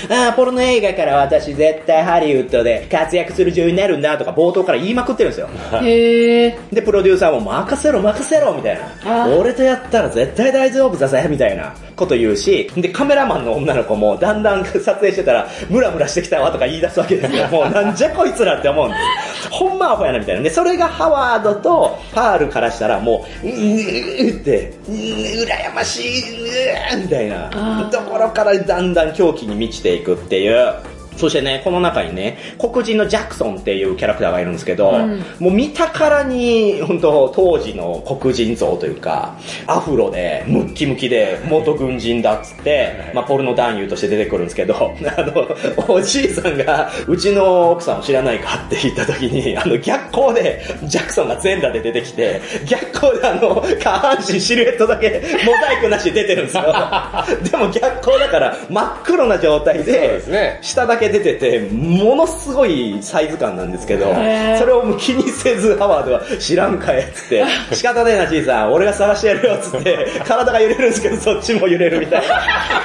Speaker 2: ああ、ポルノ映画から私絶対ハリウッドで活躍する女優になるんだとか冒頭から言いまくってるんですよ。
Speaker 4: へえ。
Speaker 2: で、プロデューサーも任せろ任せろみたいな
Speaker 4: あ。ー
Speaker 2: 俺とやったら絶対大丈夫だぜみたいなこと言うし、で、カメラマンの女の子もだんだん 撮影してたら、ムラムラしてきたわとか言い出すわけです よ。もうなんじゃこいつらって思うんです。ほんまアホやなみたいな。で、それがハワードとパールからしたらもう、うーって、うー羨ましい、うーみたいな
Speaker 4: あー
Speaker 2: ところからだんだん狂気に満ちていくっていう。そしてね、この中にね、黒人のジャクソンっていうキャラクターがいるんですけど、
Speaker 4: うん
Speaker 2: もう見たからに、本当当時の黒人像というか、アフロで、ムッキムキで、元軍人だっつって、まあ、ポルノ男優として出てくるんですけど、 あの、おじいさんが、うちの奥さんを知らないかって言った時に、あの、逆光で、ジャクソンが全裸で出てきて、逆光であの、下半身シルエットだけ、モザイクなしで出てるん ですよ。でも逆光だから、真っ黒な状態
Speaker 3: そう
Speaker 2: で
Speaker 3: ですね、
Speaker 2: 下だけ出てて、ものすごいサイズ感なんですけど、
Speaker 4: へー
Speaker 2: それをもう気にせず、ハワードは知らんかえっつ って、仕方ねえな、じいさん、俺が探してやるよっつって、体が揺れるんですけど、そっちも揺れるみ たい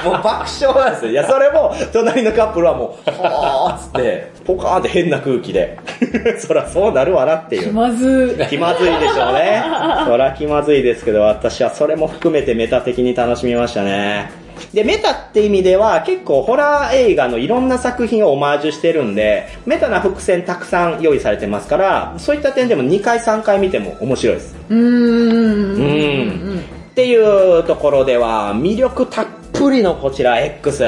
Speaker 2: な。もう爆笑なんですよ。いや、それも、隣のカップルはもう、はーっつって、ポカーンって変な空気で、 そらそうなるわなっていう。
Speaker 4: まず、
Speaker 2: 気まずいでしょうね。そら気まずいですけど、私はそれも含めてメタ的に楽しみましたね。で、メタって意味では結構ホラー映画のいろんな作品をオマージュしてるんで、メタな伏線たくさん用意されてますから、そういった点でも2回3回見ても面白いです。
Speaker 4: うーん。
Speaker 2: うん。っていうところでは、魅力たっぷりのこちら X。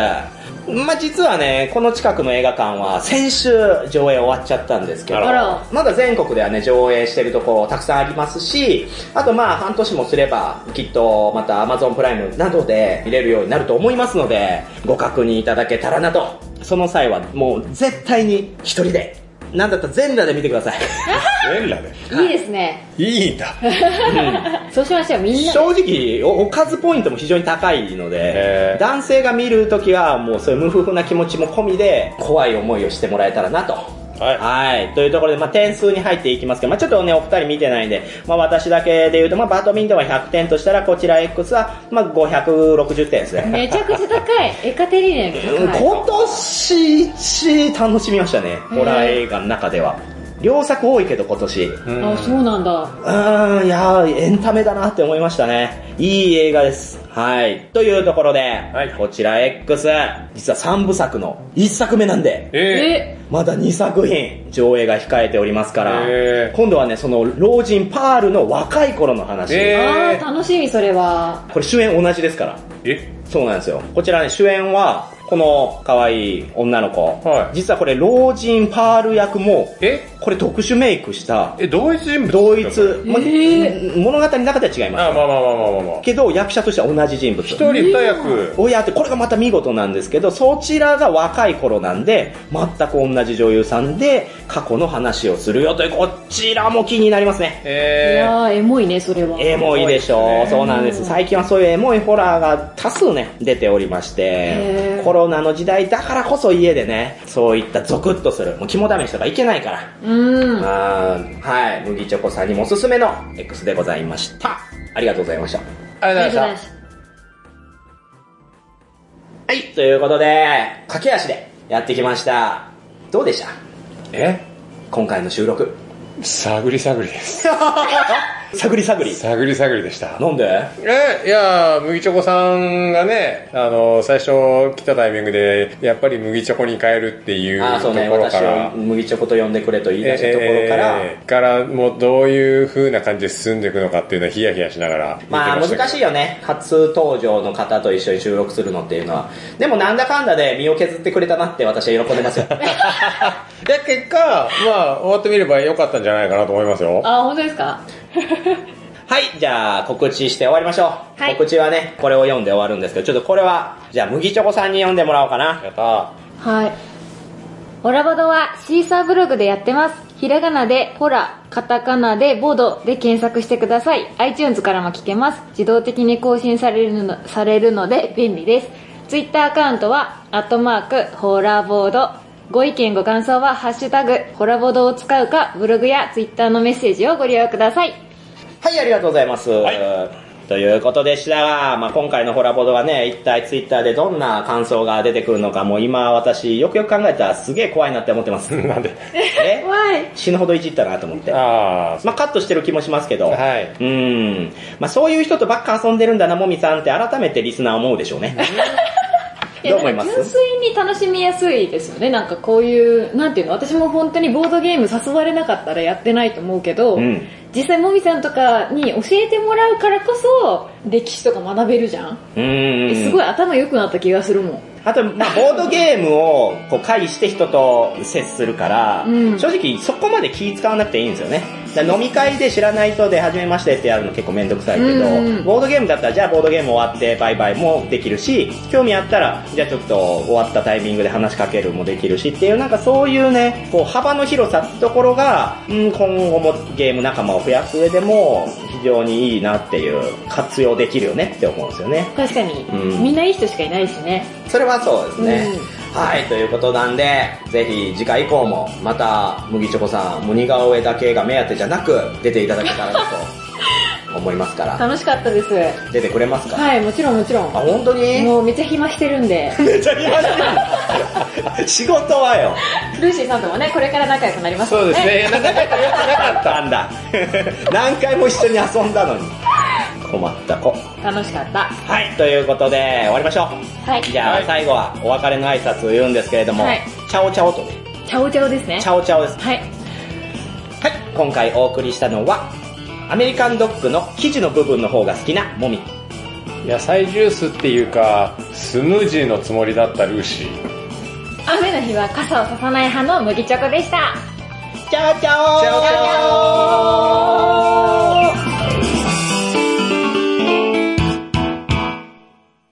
Speaker 2: まあ、実はね、この近くの映画館は先週上映終わっちゃったんですけど、
Speaker 4: あら
Speaker 2: まだ全国ではね、上映してるとこたくさんありますし、あとまあ半年もすれば、きっとまた Amazon プライムなどで見れるようになると思いますので、ご確認いただけたらなと。その際はもう絶対に一人で、なんだったら全裸で見てください。
Speaker 3: 全裸で。
Speaker 4: いいですね。
Speaker 3: いいんだ。
Speaker 4: そうしましょう、みんなで。
Speaker 2: 正直お、おかずポイントも非常に高いので
Speaker 3: へ、ー
Speaker 2: 男性が見るときは、もうそういう無夫婦な気持ちも込みで、怖い思いをしてもらえたらなと。
Speaker 3: はい
Speaker 2: というところで、まあ、点数に入っていきますけど、まあ、ちょっとね、お二人見てないんで、まあ、私だけで言うと、まあ、バドミントンは100点としたら、こちら X は、まあ、560点ですね。
Speaker 4: めちゃくちゃ高い。エカテリーナよ
Speaker 2: う
Speaker 4: り
Speaker 2: ん
Speaker 4: 高い。
Speaker 2: 今年一楽しみましたね。ホラー映画の中では。両作多いけど、今年。
Speaker 3: うん
Speaker 4: あ、そうなんだ。
Speaker 2: うーん、いやー、エンタメだなって思いましたね。いい映画です。はい。というところで、
Speaker 3: い
Speaker 2: こちら X、実は3部作の1作目なんで、
Speaker 3: え
Speaker 4: え、
Speaker 2: まだ2作品上映が控えておりますから
Speaker 3: へ、ー
Speaker 2: 今度はね、その老人パールの若い頃の
Speaker 3: ー、
Speaker 2: 話。
Speaker 4: あー、
Speaker 3: えー、
Speaker 4: 楽しみ、それは。
Speaker 2: これ主演同じですから。
Speaker 3: え
Speaker 2: そうなんですよ。こちらね、主演は、この可愛い女の子。
Speaker 3: はい
Speaker 2: 実はこれ老人パール役も、
Speaker 3: え
Speaker 2: これ特殊メイクした、
Speaker 3: え、同一人物
Speaker 2: 同一、ま
Speaker 4: ー
Speaker 2: 物語の中では違います
Speaker 3: あ、まあまあまあまあまあまあ。
Speaker 2: けど役者としては同じ人物
Speaker 3: 一人二役。
Speaker 2: 親ってこれがまた見事なんですけどそちらが若い頃なんで全く同じ女優さんで過去の話をするよというこちらも気になりますね
Speaker 4: い
Speaker 3: えー、
Speaker 4: やー、エモいね、それは。
Speaker 2: エモいでし
Speaker 3: そう
Speaker 2: ょ
Speaker 3: で
Speaker 2: う
Speaker 3: すね
Speaker 2: そうなんです最近はそういうエモいホラーが多数ね出ておりまして
Speaker 4: へー
Speaker 2: コロナの時代だからこそ家でねそういったゾクッとするもう肝試しとかいけないから
Speaker 4: うん。
Speaker 2: あーはい麦チョコさんにもおすすめの X でございましたありがとうございました
Speaker 3: ありがとう
Speaker 4: あ
Speaker 3: ございました
Speaker 4: りがとうございま。した。
Speaker 2: はい、ということで、駆け足でやってきました。どうでした
Speaker 3: え
Speaker 2: 今回の収録。
Speaker 3: 探り探りです。
Speaker 2: 探り探り。
Speaker 3: 探り探りでした。
Speaker 2: なんで
Speaker 3: えいやー麦チョコさんがね、あの最初来たタイミングで、やっぱり麦チョコに変えるっていう
Speaker 2: ああ、
Speaker 3: と
Speaker 2: そう
Speaker 3: こ
Speaker 2: ね。
Speaker 3: ろ
Speaker 2: 私
Speaker 3: から
Speaker 2: を、麦チョコと呼んでくれと言い出したところから、
Speaker 3: えーからもうどういう風な感じで進んでいくのかっていうのはヒヤヒヤしながら見て
Speaker 2: まあ
Speaker 3: したけど
Speaker 2: 難しいよね。初登場の方と一緒に収録するのっていうのは。でもなんだかんだで身を削ってくれたなって私は喜んでます よ。
Speaker 3: で結果まあ終わってみれば良かったんじゃないかなと思いますよ
Speaker 4: あ、本当ですか
Speaker 2: はい、じゃあ告知して終わりましょう。
Speaker 4: はい
Speaker 2: 告知はね、これを読んで終わるんですけど、ちょっとこれは、じゃあ麦チョコさんに読んでもらおうかな。
Speaker 3: やった
Speaker 4: はい。ホラボドはシーサーブログでやってます。ひらがなでホラ、カタカナでボドで検索してください。iTunes からも聞けます。自動的に更新されるのされるので便利です。Twitter アカウントは、アットマーク、ホラボード。ご意見ご感想は、ハッシュタグ、ホラボドを使うか、ブログや Twitter のメッセージをご利用ください。
Speaker 2: はい、ありがとうございます。ということでしたが、まあ、今回のホラボドがね、一体ツイッターでどんな感想が出てくるのか、もう今私、よくよく考えたらすげえ怖いなって思ってます。
Speaker 3: なんで
Speaker 2: え
Speaker 4: 怖い。
Speaker 2: 死ぬほどいじったなと思って。
Speaker 3: あ
Speaker 2: まあ、カットしてる気もしますけど。
Speaker 3: あはい
Speaker 2: うん。まあ、そういう人とばっか遊んでるんだな、もみさんって改めてリスナー思うでしょう ね。どう思います
Speaker 4: やなんか純粋に楽しみやすいですよね。なんかこういう、なんていうの、私も本当にボードゲーム誘われなかったらやってないと思うけど、
Speaker 2: うん
Speaker 4: 実際もみさんとかに教えてもらうからこそ、歴史とか学べるじゃん。
Speaker 2: うん
Speaker 4: えすごい頭良くなった気がするもん。
Speaker 2: あと、まあ、ボードゲームを、こう、介して人と接するから、
Speaker 4: うん
Speaker 2: 正直そこまで気使わなくていいんですよね。だから飲み会で知らない人で初めましてってやるの結構めんどくさいけど、
Speaker 4: うんうん
Speaker 2: ボードゲームだったら、じゃあボードゲーム終わってバイバイもできるし、興味あったら、じゃあちょっと終わったタイミングで話しかけるもできるしっていう、なんかそういうね、こう、幅の広さってところが、うん、今後もゲーム仲間を増やす上でも、非常にいいなっていう、活用できるよねって思うんですよね。
Speaker 4: 確かに、
Speaker 2: うん
Speaker 4: みんないい人しかいないしね。
Speaker 2: それはそうですね。
Speaker 4: う
Speaker 2: はい、ということなんで、ぜひ次回以降も、また、麦チョコさん、似顔絵だけが目当てじゃなく、出ていただけたらなと思います から。
Speaker 4: 楽しかったです。
Speaker 2: 出てくれますか、
Speaker 4: はい、もちろんもちろ
Speaker 2: あ、
Speaker 4: ん。
Speaker 2: 本当に
Speaker 4: もうめっちゃ暇してるんで。
Speaker 2: めっちゃ見ましたよ仕事はよ。
Speaker 4: ルーシーさんともね、これから仲良くなります
Speaker 3: そうです ねなかなか良くなかった
Speaker 2: なんだ。 何回も一緒に遊んだのに。困った子。
Speaker 4: 楽しかった。
Speaker 2: はい、ということで、終わりましょう。
Speaker 4: はい
Speaker 2: じゃ
Speaker 3: は
Speaker 2: あ、
Speaker 3: い
Speaker 2: 最後は、お別れの挨拶を言うんですけれども、
Speaker 4: はい
Speaker 2: チャオチャオとね、
Speaker 4: チャオチャオですね
Speaker 2: チ。ャオチャオです。
Speaker 4: はい。
Speaker 2: はい、今回お送りしたのは、アメリカンドッグの生地の部分の方が好きなもみ。
Speaker 3: 野菜ジュースっていうかスムージーのつもりだったルーシー
Speaker 4: 雨の日は傘をささない派の麦チョコでした。
Speaker 2: チャオチャオチャオチャオ